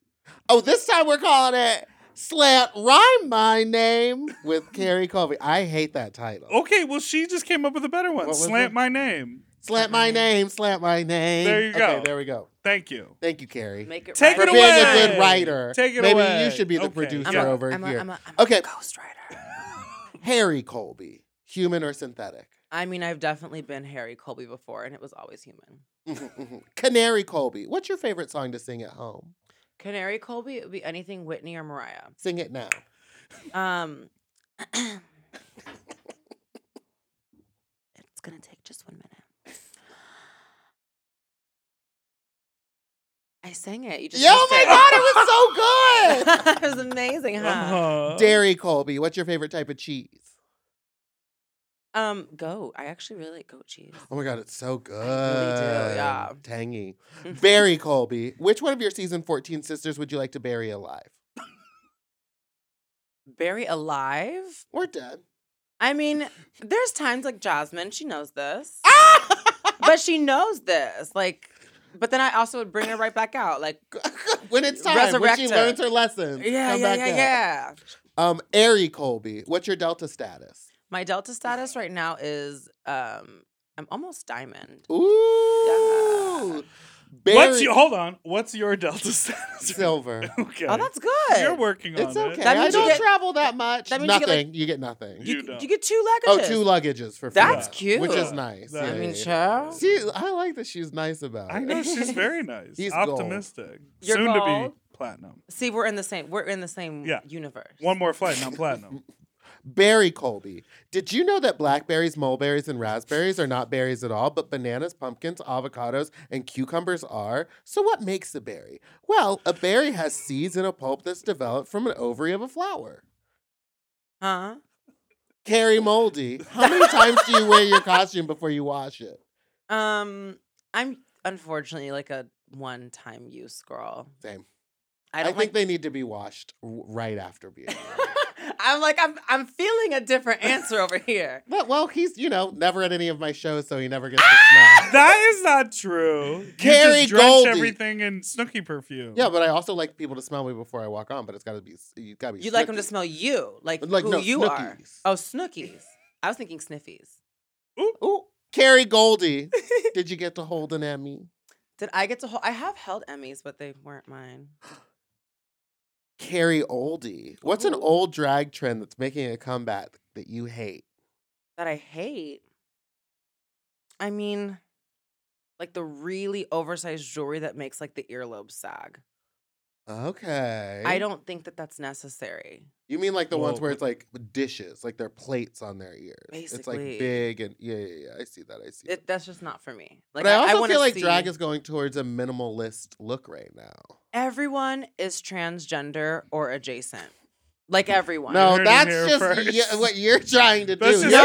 Speaker 1: Oh, this time we're calling it Slant Rhyme My Name
Speaker 2: (laughs)
Speaker 1: with Carrie Colby. I hate that title.
Speaker 2: Okay, well, she just came up with a better
Speaker 1: What
Speaker 2: one.
Speaker 1: was
Speaker 2: Slant
Speaker 1: it?
Speaker 2: my name.
Speaker 1: Slant my name, slant my name.
Speaker 2: There you
Speaker 1: Okay,
Speaker 2: go.
Speaker 1: there we go.
Speaker 2: Thank you.
Speaker 1: Thank you, Carrie.
Speaker 5: Make it
Speaker 2: Take
Speaker 5: right.
Speaker 1: for
Speaker 2: it
Speaker 1: being
Speaker 2: away.
Speaker 1: a good writer.
Speaker 2: Take it
Speaker 1: Maybe
Speaker 2: away.
Speaker 1: you should be the
Speaker 2: Okay,
Speaker 1: producer
Speaker 5: I'm
Speaker 2: yeah.
Speaker 5: a,
Speaker 1: over
Speaker 5: I'm a-
Speaker 1: here.
Speaker 5: I'm a- I'm
Speaker 1: Okay.
Speaker 5: a ghostwriter.
Speaker 1: Harry Colby, human or synthetic? (laughs)
Speaker 5: I mean, I've definitely been Harry Colby before, and it was always human.
Speaker 1: Mhm, mhm. Canary Colby, what's your favorite song to sing at home?
Speaker 5: Canary Colby, it would be anything Whitney or Mariah.
Speaker 1: Sing it now.
Speaker 5: Um, it's gonna take just one minute. I sang it. You just.
Speaker 1: Yeah, oh my
Speaker 5: missed
Speaker 1: God,
Speaker 5: (laughs)
Speaker 1: it was so good. (laughs)
Speaker 5: it was amazing, huh?
Speaker 2: Uh-huh.
Speaker 1: Dairy Colby, what's your favorite type of cheese?
Speaker 5: Um, goat. I actually really like goat cheese. (laughs)
Speaker 1: Oh my God, it's so good.
Speaker 5: yeah. (laughs)
Speaker 1: Tangy.
Speaker 5: Mhm.
Speaker 1: Barry Colby, which one of your season 14 sisters would you like to bury alive?
Speaker 5: Very alive.
Speaker 1: Or dead?
Speaker 5: I mean, there's times like Jasmine. She knows
Speaker 1: (laughs)
Speaker 5: this, but she knows this. Like, but then I also would bring her right back
Speaker 1: (laughs)
Speaker 5: out. Like,
Speaker 1: when it's time, when she
Speaker 5: Resurrect her.
Speaker 1: learns her lessons.
Speaker 5: yeah,
Speaker 1: come
Speaker 5: yeah,
Speaker 1: back
Speaker 5: yeah,
Speaker 1: up.
Speaker 5: yeah.
Speaker 1: Um, Airy Colby, what's your Delta status?
Speaker 5: My Delta status right now is um I'm almost diamond.
Speaker 1: Ooh. Barry
Speaker 2: What's your, hold on. What's your Delta status?
Speaker 1: (laughs) silver?
Speaker 2: (laughs) okay.
Speaker 5: Oh, that's good.
Speaker 2: You're working on
Speaker 1: It's okay.
Speaker 2: it.
Speaker 5: That
Speaker 1: I
Speaker 5: means you
Speaker 1: don't
Speaker 5: get-
Speaker 1: travel that much.
Speaker 5: that means you get, like-
Speaker 1: nothing. You get, nothing.
Speaker 2: You
Speaker 5: you,
Speaker 2: don't.
Speaker 5: you get two
Speaker 1: oh,
Speaker 5: luggages.
Speaker 1: two luggages for free.
Speaker 5: That's
Speaker 2: Yeah.
Speaker 5: cute.
Speaker 1: Which is nice.
Speaker 2: That-
Speaker 5: I
Speaker 1: yeah,
Speaker 5: mean,
Speaker 1: yeah.
Speaker 5: child.
Speaker 1: See, I like that she's nice about it.
Speaker 2: I
Speaker 1: (laughs)
Speaker 2: know she's very nice.
Speaker 1: He's gold.
Speaker 2: optimistic.
Speaker 5: You're
Speaker 2: Soon to
Speaker 5: gold.
Speaker 2: be platinum.
Speaker 5: See, we're in the same we're in the same
Speaker 2: Yeah.
Speaker 5: universe.
Speaker 2: One more flight and I'm
Speaker 1: (laughs)
Speaker 2: platinum.
Speaker 1: Barry Colby. Did you know that blackberries, mulberries, and raspberries are not berries at all, but bananas, pumpkins, avocados, and cucumbers are? So, what makes a berry? Well, a berry has seeds and a pulp that's developed from an ovary of a flower.
Speaker 5: Huh?
Speaker 1: Carrie Moldy, how many times do you wear your costume before you wash it?
Speaker 5: Um I'm unfortunately like a one time use girl.
Speaker 1: Same.
Speaker 5: I
Speaker 1: I,
Speaker 5: don't
Speaker 1: think
Speaker 5: like
Speaker 1: they need to be washed w- right after being. wear.
Speaker 5: (laughs) I'm like I'm I'm feeling a different answer
Speaker 1: (laughs)
Speaker 5: over here.
Speaker 1: But, well, he's, you know, never at any of my shows, so he never gets to smell.
Speaker 2: that is not true. you
Speaker 1: Carrie
Speaker 2: just drench
Speaker 1: Goldie.
Speaker 2: everything in Snooki perfume.
Speaker 1: Yeah, but I also like people to smell me before I walk on, but it's got to be, you got to be.
Speaker 5: You like them to
Speaker 1: snooky.
Speaker 5: smell you, like,
Speaker 1: Like,
Speaker 5: who
Speaker 1: no,
Speaker 5: you are.
Speaker 1: Snookies.
Speaker 5: Oh, snookies. I was thinking sniffies. (laughs)
Speaker 1: Ooh, Carrie Goldie. Did you get to hold an Emmy?
Speaker 5: Did I get to hold? I have held Emmys, but they weren't mine.
Speaker 1: Carrie Oldie. What's an old drag trend that's making a comeback that you hate?
Speaker 5: That I hate. I mean, like the really oversized jewelry that makes like the earlobe sag.
Speaker 1: Okay.
Speaker 5: I don't think that that's necessary.
Speaker 1: You mean like the ones
Speaker 2: Well,
Speaker 1: where it's like dishes, like their plates on their ears. It's like
Speaker 5: Basically.
Speaker 1: big and yeah, yeah, yeah. I see that. I see. that.
Speaker 5: It, that's just not for me. Like
Speaker 1: but I also
Speaker 5: wanna
Speaker 1: feel like drag
Speaker 5: see-
Speaker 1: is going towards a minimalist look right now.
Speaker 5: everyone is transgender or adjacent.
Speaker 1: (laughs)
Speaker 5: Like everyone.
Speaker 1: No,
Speaker 2: heard it
Speaker 1: that's
Speaker 2: here
Speaker 1: just
Speaker 2: first.
Speaker 1: yeah, what you're trying to
Speaker 2: That's
Speaker 1: do.
Speaker 2: just
Speaker 1: You're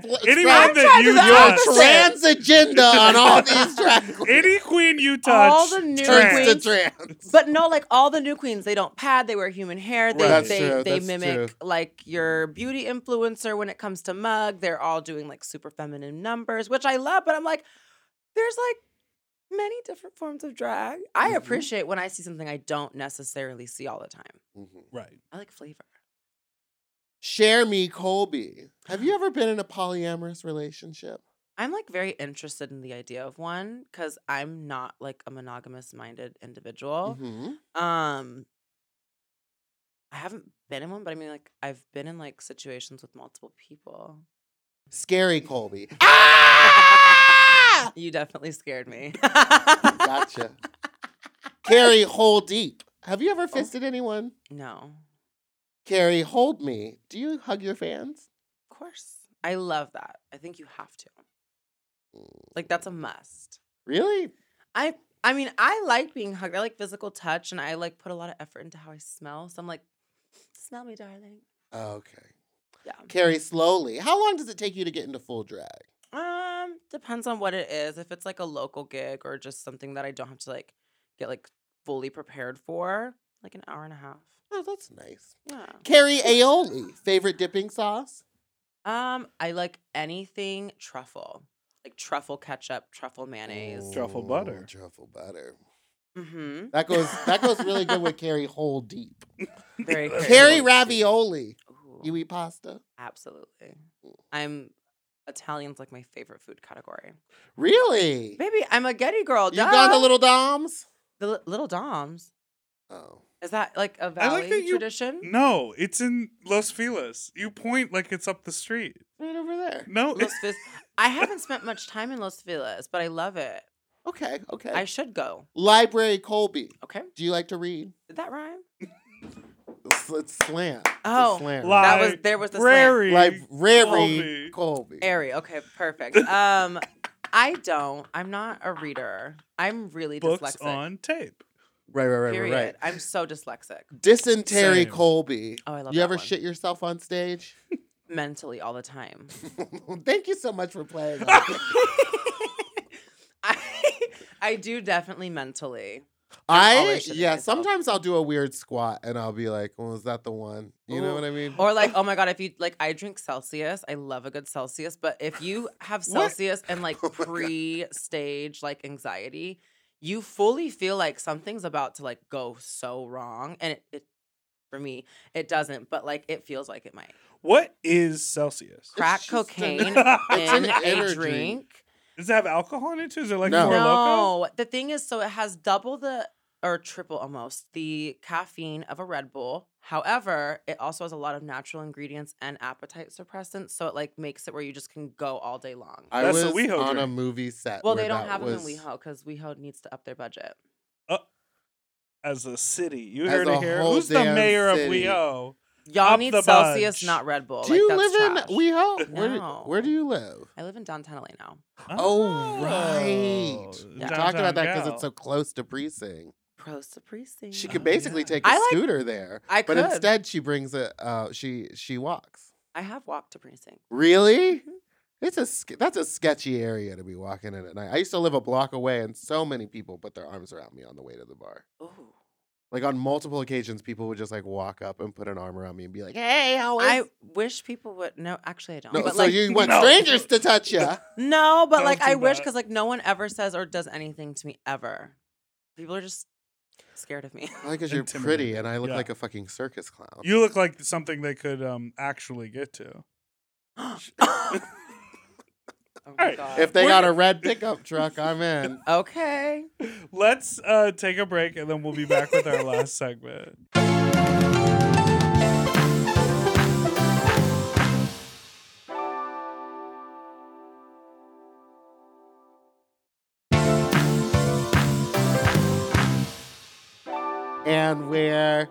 Speaker 1: trying to spl-
Speaker 2: anyone
Speaker 1: trans-
Speaker 2: that you
Speaker 5: trying
Speaker 2: touch,
Speaker 5: to do that.
Speaker 1: trans agenda on all these drag queens
Speaker 2: (laughs) any queen you touch,
Speaker 5: All the new
Speaker 2: trans.
Speaker 1: turns to
Speaker 5: queens.
Speaker 1: trans.
Speaker 5: But no, like all the new queens, they don't pad. They wear human hair. They
Speaker 2: Right. That's
Speaker 5: they,
Speaker 1: true,
Speaker 5: they
Speaker 1: that's
Speaker 5: mimic like your beauty influencer when it comes to mug. They're all doing like super feminine numbers, which I love. But I'm like, there's like many different forms of drag. I
Speaker 1: Mhm.
Speaker 5: appreciate when I see something I don't necessarily see all the time.
Speaker 1: Mhm.
Speaker 2: Right.
Speaker 5: I like flavor.
Speaker 1: Share me, Colby. Have you ever been in a polyamorous relationship?
Speaker 5: I'm like very interested in the idea of one because I'm not like a monogamous minded
Speaker 2: Oh.
Speaker 5: individual.
Speaker 1: Mm-hmm.
Speaker 5: Um, I haven't been in one, but I mean, like, I've been in like situations with multiple people.
Speaker 1: Scary Colby. Ah!
Speaker 5: (laughs) You definitely scared me.
Speaker 2: (laughs)
Speaker 1: Gotcha. Carrie, hold deep. Have you
Speaker 2: Oh.
Speaker 1: ever fisted anyone?
Speaker 5: (laughs) No,
Speaker 1: Carrie, hold me. Do you hug your fans?
Speaker 5: of course. I love that. I think you have to. Like, that's a must.
Speaker 1: Really?
Speaker 5: I, I mean, I like being hugged. I like physical touch, and I like put a lot of effort into how I smell. So I'm like, smell me, darling.
Speaker 1: Okay.
Speaker 5: Yeah.
Speaker 1: Carrie, slowly. How long does it take you to get into full drag?
Speaker 5: Um, depends on what it is. If it's like a local gig or just something that I don't have to like get like fully prepared for, like an hour and a half.
Speaker 1: Oh, that's nice.
Speaker 5: Yeah.
Speaker 1: Carrie Aioli, favorite dipping sauce?
Speaker 5: Um, I like anything truffle, like truffle ketchup, truffle mayonnaise.
Speaker 2: Truffle butter.
Speaker 1: Truffle butter. (laughs)
Speaker 5: Mm-hmm.
Speaker 1: That goes that goes really good with Carrie Whole Deep.
Speaker 5: (laughs) Very good.
Speaker 1: Carrie Ravioli.
Speaker 5: Ooh,
Speaker 1: You eat pasta?
Speaker 5: absolutely. I'm Italian's like my favorite food category.
Speaker 1: Really?
Speaker 5: Baby, I'm a Getty girl.
Speaker 1: You got the
Speaker 5: duh.
Speaker 1: little doms?
Speaker 5: the li- little Doms.
Speaker 1: Oh.
Speaker 5: Is that like a
Speaker 2: like
Speaker 5: valley
Speaker 2: that you-
Speaker 5: tradition?
Speaker 2: No, it's in Los Feliz. You point like it's up the street.
Speaker 1: Right over there.
Speaker 2: No,
Speaker 5: Los Feliz. I haven't spent much time in Los Feliz, but I love it.
Speaker 1: Okay, okay.
Speaker 5: Mm. I should go.
Speaker 1: Library Colby.
Speaker 5: Okay.
Speaker 1: Do you like to read?
Speaker 5: Did that rhyme?
Speaker 1: It's, it's slant. It's a
Speaker 5: Oh,
Speaker 1: slant.
Speaker 2: Li-
Speaker 5: that was there was the slant.
Speaker 2: Library.
Speaker 1: Library
Speaker 2: Colby.
Speaker 1: Colby.
Speaker 5: Airy. Okay, perfect. Um, I don't. I'm not a reader. I'm really
Speaker 2: books
Speaker 5: dyslexic.
Speaker 2: on tape.
Speaker 1: Right, right, right, right,
Speaker 5: period.
Speaker 1: right.
Speaker 5: I'm so dyslexic.
Speaker 1: Dysentery
Speaker 2: Same.
Speaker 1: Colby.
Speaker 5: Oh, I love
Speaker 1: You
Speaker 5: that
Speaker 1: ever
Speaker 5: one.
Speaker 1: shit yourself on stage? (laughs)
Speaker 5: Mentally all the time. (laughs)
Speaker 1: Thank you so much for playing. Audrey.
Speaker 5: I I do definitely mentally.
Speaker 1: I
Speaker 5: always shitting
Speaker 1: yeah.
Speaker 5: myself.
Speaker 1: Sometimes I'll do a weird squat and I'll be like, "Well, is that the one?" You know
Speaker 5: Ooh.
Speaker 1: what I mean?
Speaker 5: Or like, oh my god, if you like I drink Celsius. I love a good Celsius, but if you have
Speaker 1: What?
Speaker 5: Celsius and like
Speaker 1: (laughs) Oh my God.
Speaker 5: pre-stage like anxiety, you fully feel like something's about to like go so wrong. And it, it for me, it doesn't, but like it feels like it might.
Speaker 2: What is
Speaker 5: (laughs)
Speaker 2: Celsius?
Speaker 5: Crack
Speaker 1: just an-
Speaker 5: cocaine
Speaker 1: (laughs) it's an
Speaker 5: in
Speaker 1: energy.
Speaker 5: a drink.
Speaker 2: Does it have alcohol in it too? Is it like
Speaker 1: No.
Speaker 2: more loco?
Speaker 5: No, the thing is, so it has double the or triple almost the caffeine of a Red Bull. However, it also has a lot of natural ingredients and appetite suppressants, so it like makes it where you just can go all day long.
Speaker 1: I
Speaker 2: That's
Speaker 1: was
Speaker 2: a WeHo
Speaker 1: on a
Speaker 2: drink.
Speaker 1: movie set.
Speaker 5: well,
Speaker 1: where
Speaker 5: they don't
Speaker 1: that
Speaker 5: have
Speaker 1: was,
Speaker 5: them in WeHo because WeHo needs to up their budget.
Speaker 2: As a city, you
Speaker 1: As
Speaker 2: heard
Speaker 1: a
Speaker 2: it here.
Speaker 1: whole
Speaker 2: Who's the
Speaker 1: damn
Speaker 2: mayor of
Speaker 1: city.
Speaker 2: WeO?
Speaker 5: Y'all
Speaker 2: Up
Speaker 5: need
Speaker 2: the
Speaker 5: Celsius,
Speaker 2: budge.
Speaker 5: not Red Bull.
Speaker 1: Do
Speaker 5: like,
Speaker 1: you
Speaker 5: that's
Speaker 1: live
Speaker 5: trash.
Speaker 1: in WeHo? Where, do-
Speaker 5: No.
Speaker 1: where do you live?
Speaker 5: I live in downtown LA now.
Speaker 1: Oh, right. We
Speaker 5: Yeah.
Speaker 1: talked about that
Speaker 2: Downtown
Speaker 1: because it's
Speaker 2: gal.
Speaker 1: so close to precinct.
Speaker 5: Pros to precinct.
Speaker 1: She could
Speaker 2: Oh,
Speaker 1: basically
Speaker 2: yeah.
Speaker 1: take a
Speaker 5: I like-
Speaker 1: scooter there,
Speaker 5: I
Speaker 1: but
Speaker 5: could.
Speaker 1: instead she brings a uh, she she walks.
Speaker 5: I have walked to precinct. Mm-hmm.
Speaker 1: Really? It's a sk- that's a sketchy area to be walking in at night. I used to live a block away, and so many people put their arms around me on the way to the bar.
Speaker 5: Ooh.
Speaker 1: Like on multiple occasions, people would just like walk up and put an arm around me and be like, "Hey, how is?"
Speaker 5: I wish people would. No, actually, I don't.
Speaker 1: no,
Speaker 5: but
Speaker 1: so
Speaker 5: like, (laughs)
Speaker 1: you want
Speaker 2: No.
Speaker 1: strangers to touch you.
Speaker 2: (laughs)
Speaker 5: No, but
Speaker 2: That
Speaker 5: like
Speaker 2: was too
Speaker 5: I wish
Speaker 2: bad.
Speaker 5: because like no one ever says or does anything to me ever. People are just scared of me. (laughs)
Speaker 1: Probably because you're pretty and I look
Speaker 2: Yeah.
Speaker 1: like a fucking circus clown.
Speaker 2: You look like something they could um, actually get to.
Speaker 5: oh my
Speaker 2: right,
Speaker 5: Oh god.
Speaker 1: if they
Speaker 2: We're-
Speaker 1: got a red pickup truck, I'm in.
Speaker 5: okay.
Speaker 2: Let's uh, take a break and then we'll be back with
Speaker 5: (laughs)
Speaker 2: our last segment.
Speaker 1: and we're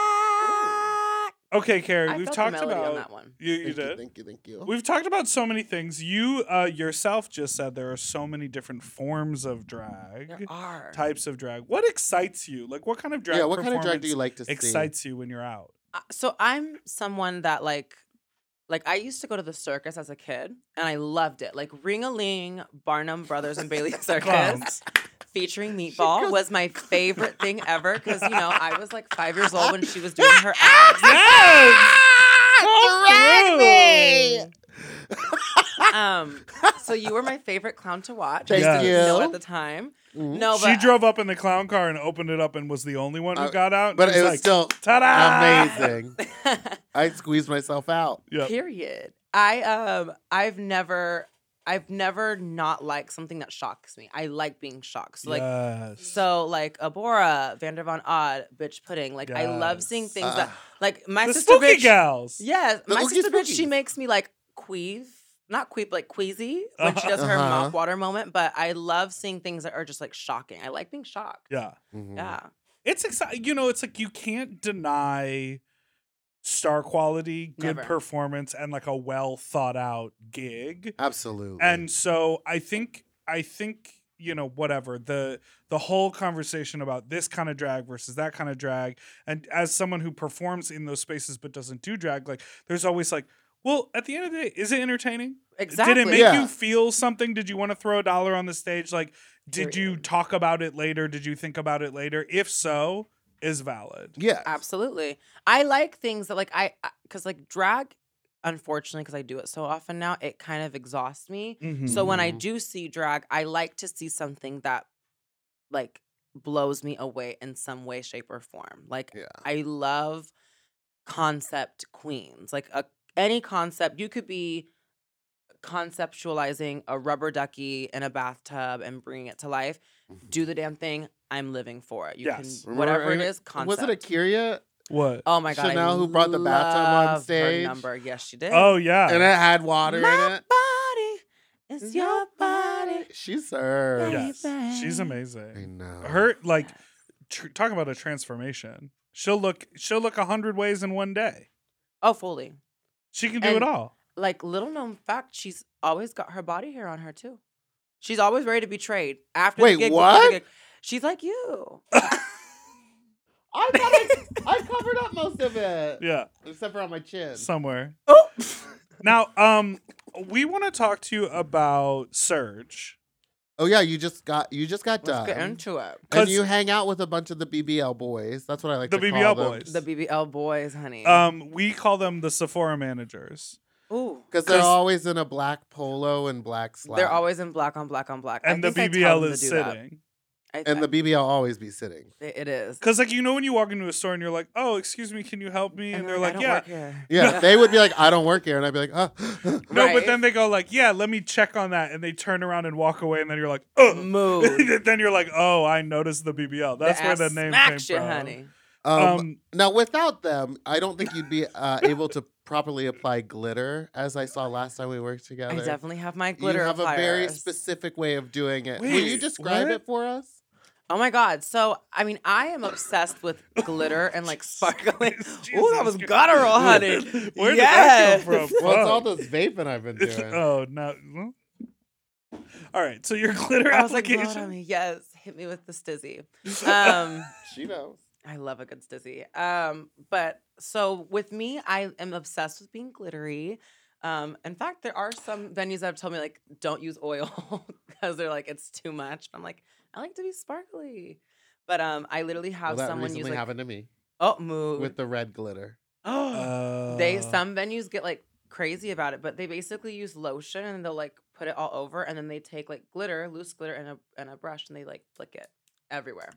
Speaker 1: back.
Speaker 2: Okay, Carrie,
Speaker 5: I
Speaker 2: we've
Speaker 5: felt
Speaker 2: talked
Speaker 5: the melody
Speaker 2: about
Speaker 5: on that one.
Speaker 2: You, you
Speaker 1: Thank you,
Speaker 2: did.
Speaker 1: thank you, thank
Speaker 5: Oh.
Speaker 1: you.
Speaker 2: We've talked about so many things. You uh, yourself just said there are so many different forms of
Speaker 5: There
Speaker 2: drag,
Speaker 5: are.
Speaker 2: types of drag. What excites you? Like, what kind of drag?
Speaker 1: yeah, what kind of drag do you
Speaker 2: performance
Speaker 1: like to see?
Speaker 2: (laughs) Excites you when you're out?
Speaker 5: Uh, so I'm someone that like like I used to go to the circus as a kid and I loved it. Like Ring a Ling, Barnum Brothers
Speaker 2: (laughs)
Speaker 5: and Bailey Circus (laughs)
Speaker 2: Clowns. (laughs)
Speaker 5: featuring
Speaker 1: goes-
Speaker 5: Meatball was my favorite thing ever because you know I was like five years old when she was doing
Speaker 2: (laughs)
Speaker 5: her acts.
Speaker 2: yes.
Speaker 1: Drag me!
Speaker 5: Um, so you were my favorite clown to watch.
Speaker 1: Thank
Speaker 5: I didn't
Speaker 1: you.
Speaker 5: know at the time.
Speaker 1: Mhm.
Speaker 5: No, but
Speaker 2: she drove up in the clown car and opened it up and was the only one who
Speaker 1: Uh,
Speaker 2: got out. and
Speaker 1: But
Speaker 2: she
Speaker 1: it was
Speaker 2: like, ah!
Speaker 1: still
Speaker 2: ta-da!
Speaker 1: amazing.
Speaker 5: (laughs)
Speaker 1: I squeezed myself out.
Speaker 2: Yep.
Speaker 5: Period. I um I've never I've never not liked something that shocks me. I like being shocked. So like
Speaker 2: Yes.
Speaker 5: so like Abora, Vander Von Odd, bitch pudding. Like I love seeing
Speaker 2: Yes.
Speaker 5: things that
Speaker 1: Ah.
Speaker 5: like my
Speaker 2: the
Speaker 5: sister
Speaker 2: spooky
Speaker 5: bitch.
Speaker 2: gals.
Speaker 5: Yes,
Speaker 1: The
Speaker 5: my
Speaker 1: oogie
Speaker 5: sister bitch. She
Speaker 1: spookies.
Speaker 5: makes me like queeve, not queef, like queasy when she does her
Speaker 1: Uh-huh.
Speaker 5: mop water moment. But I love seeing things that are just like shocking. I like being shocked.
Speaker 2: Yeah.
Speaker 1: Mhm.
Speaker 5: Yeah.
Speaker 2: It's exciting. You know, it's like you can't deny star quality, good
Speaker 5: Never.
Speaker 2: performance, and like a well thought out gig.
Speaker 1: Absolutely.
Speaker 2: And so I think, I think you know whatever the the whole conversation about this kind of drag versus that kind of drag and as someone who performs in those spaces but doesn't do drag like there's always like well at the end of the day is it entertaining
Speaker 5: Exactly.
Speaker 2: Did it make
Speaker 1: Yeah.
Speaker 2: you feel something? Did you want to throw a dollar on the stage? Like, did you
Speaker 5: Period.
Speaker 2: talk about it later? Did you think about it later? If so, is valid.
Speaker 1: yeah,
Speaker 5: Absolutely. I like things that like I because like drag, unfortunately, because I do it so often now, it kind of exhausts me. So when I
Speaker 1: Mhm.
Speaker 5: do see drag, I like to see something that like blows me away in some way, shape, or form. Like
Speaker 1: Yeah.
Speaker 5: I love concept queens. Like a, any concept, you could be conceptualizing a rubber ducky in a bathtub and bringing it to life.
Speaker 1: Mm-hmm.
Speaker 5: Do the damn thing. I'm living for it. You
Speaker 2: Yes.
Speaker 5: can
Speaker 1: Remember
Speaker 5: whatever it
Speaker 1: Amy-
Speaker 5: is. Concept.
Speaker 1: Was it Akira?
Speaker 2: what?
Speaker 5: Oh my god! I
Speaker 1: Chanel who brought the bathtub on
Speaker 5: love her
Speaker 1: stage?
Speaker 5: Number, yes, she did.
Speaker 2: Oh yeah.
Speaker 1: And it had water in it.
Speaker 5: body is your body.
Speaker 1: She served.
Speaker 5: Yeah.
Speaker 2: yes. She's
Speaker 5: baby.
Speaker 1: I
Speaker 2: amazing.
Speaker 1: know.
Speaker 2: Her
Speaker 5: Oh,
Speaker 2: like, tr- talk about a transformation. She'll look. She'll look a hundred ways in one day.
Speaker 5: Oh, fully.
Speaker 2: She can do it
Speaker 5: And-
Speaker 2: all.
Speaker 5: Like little known fact, she's always got her body hair on her too. She's always ready to be trade after.
Speaker 1: Wait,
Speaker 5: the gig, before the
Speaker 1: what?
Speaker 5: gig. She's
Speaker 1: (laughs)
Speaker 5: like you.
Speaker 1: I thought I, (laughs) I covered up most of it,
Speaker 5: (laughs)
Speaker 2: Yeah.
Speaker 1: except for on my chin.
Speaker 2: Somewhere.
Speaker 5: Oh,
Speaker 2: Now, um, we want to talk to you about Surge.
Speaker 1: Oh yeah, you just got you just got
Speaker 5: let's
Speaker 1: done.
Speaker 5: get into it.
Speaker 1: and
Speaker 2: 'Cause-
Speaker 1: you hang out with a bunch of the BBL boys. That's what I like
Speaker 2: The
Speaker 1: to call
Speaker 2: BBL
Speaker 1: them.
Speaker 2: boys.
Speaker 5: The BBL boys, honey.
Speaker 2: Um, we call them the Sephora managers.
Speaker 5: Ooh,
Speaker 1: Because they're
Speaker 2: 'Cause-
Speaker 1: always in a black polo and black slacks.
Speaker 5: they're always in black on black on black. I
Speaker 2: and the
Speaker 5: think I tell
Speaker 2: BBL
Speaker 5: them to
Speaker 2: is
Speaker 5: do that.
Speaker 2: sitting.
Speaker 5: I-
Speaker 1: and the BBL always be sitting.
Speaker 5: I- it is.
Speaker 2: Because like you know when you walk into a store and you're like, oh, excuse me, can you help me? And, they're
Speaker 5: I
Speaker 2: like,
Speaker 5: don't
Speaker 2: yeah.
Speaker 5: work here.
Speaker 1: (laughs) Yeah,
Speaker 5: (laughs)
Speaker 1: they would be like, "I don't work here," and I'd be like, "Oh, (laughs)
Speaker 2: No,
Speaker 5: Right.
Speaker 2: but then they go like, yeah, let me check on that, and they turn around and walk away, and then you're like, oh.
Speaker 5: Move.
Speaker 2: then you're like, oh, I noticed the BBL. (laughs) That's where
Speaker 5: ass
Speaker 2: the name came
Speaker 5: smacks you,
Speaker 2: from.
Speaker 5: honey.
Speaker 1: um,
Speaker 2: Um, (laughs)
Speaker 1: Now, without them, I don't think you'd be uh, able to properly apply glitter, as I saw last time we worked together.
Speaker 5: I definitely have my
Speaker 1: You
Speaker 5: glitter.
Speaker 1: have a very
Speaker 5: appliers.
Speaker 1: specific way of doing it. Will you
Speaker 2: Wait,
Speaker 1: describe
Speaker 2: what?
Speaker 1: it for us?
Speaker 5: Oh my god! So I mean, I am obsessed with glitter
Speaker 2: (laughs)
Speaker 5: and like sparkling.
Speaker 2: Jesus
Speaker 5: (laughs) Ooh, that was
Speaker 2: Christ. (laughs)
Speaker 5: guttural, honey.
Speaker 2: Where did that come
Speaker 5: Yes.
Speaker 2: from?
Speaker 1: Well, it's all
Speaker 2: Fuck.
Speaker 1: this vaping I've
Speaker 5: (laughs)
Speaker 1: been
Speaker 5: Uh,
Speaker 1: doing.
Speaker 2: oh no. Well. All right, so your (laughs) glitter
Speaker 5: I was like, blow it
Speaker 2: (laughs) application.
Speaker 5: on me. Yes, hit me with the stizzy. Um,
Speaker 1: she knows.
Speaker 5: I love a good stizzy. Um, but so with me, I am obsessed with being glittery. Um, in fact, there are some venues that have told me like, don't use oil (laughs) because they're like it's too much. I'm like, I like to be sparkly. But um, I literally
Speaker 1: Well,
Speaker 5: have
Speaker 1: that
Speaker 5: someone use
Speaker 1: recently
Speaker 5: like,
Speaker 1: happened to me
Speaker 5: oh, move.
Speaker 1: with the red glitter.
Speaker 5: oh, they
Speaker 2: Uh,
Speaker 5: some venues get like crazy about it, but they basically use lotion and they'll like put it all over, and then they take like glitter, loose glitter, and a and a brush, and they like flick it everywhere.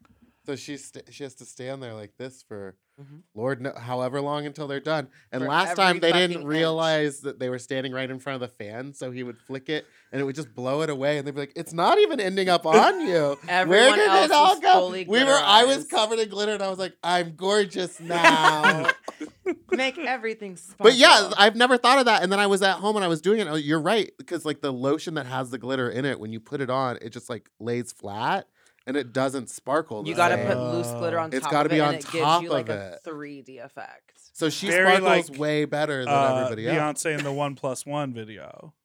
Speaker 1: So she st- she has to stand there like this for
Speaker 5: Mhm.
Speaker 1: Lord kno- however long until they're done. And
Speaker 5: For
Speaker 1: last
Speaker 5: every
Speaker 1: time they
Speaker 5: fucking
Speaker 1: didn't
Speaker 5: inch.
Speaker 1: realize that they were standing right in front of the fan, so he would flick it and it would just blow it away. And they'd be like, "It's not even ending up on you. Where
Speaker 5: (laughs) Everyone
Speaker 1: did
Speaker 5: else
Speaker 1: it all
Speaker 5: was
Speaker 1: go?
Speaker 5: fully
Speaker 1: We were. I was
Speaker 5: glitterized. (laughs)
Speaker 1: covered in glitter, and I was like, "I'm gorgeous now."
Speaker 5: Make everything
Speaker 1: (laughs)
Speaker 5: sparkle.
Speaker 1: But yeah, I've never thought of that. And then I was at home and I was doing it. and You're right because like the lotion that has the glitter in it, when you put it on, it just like lays flat and it doesn't sparkle.
Speaker 5: you
Speaker 1: the
Speaker 5: got to
Speaker 1: same.
Speaker 5: put loose glitter on top.
Speaker 1: It's
Speaker 5: got
Speaker 1: gotta
Speaker 5: to
Speaker 1: be on
Speaker 5: and it
Speaker 1: top
Speaker 5: gives you like
Speaker 1: of
Speaker 5: a
Speaker 1: it.
Speaker 5: 3D effect.
Speaker 1: So she
Speaker 2: Very,
Speaker 1: sparkles
Speaker 2: like,
Speaker 1: way better than
Speaker 2: Uh,
Speaker 1: everybody else.
Speaker 2: Beyonce in the One Plus One video.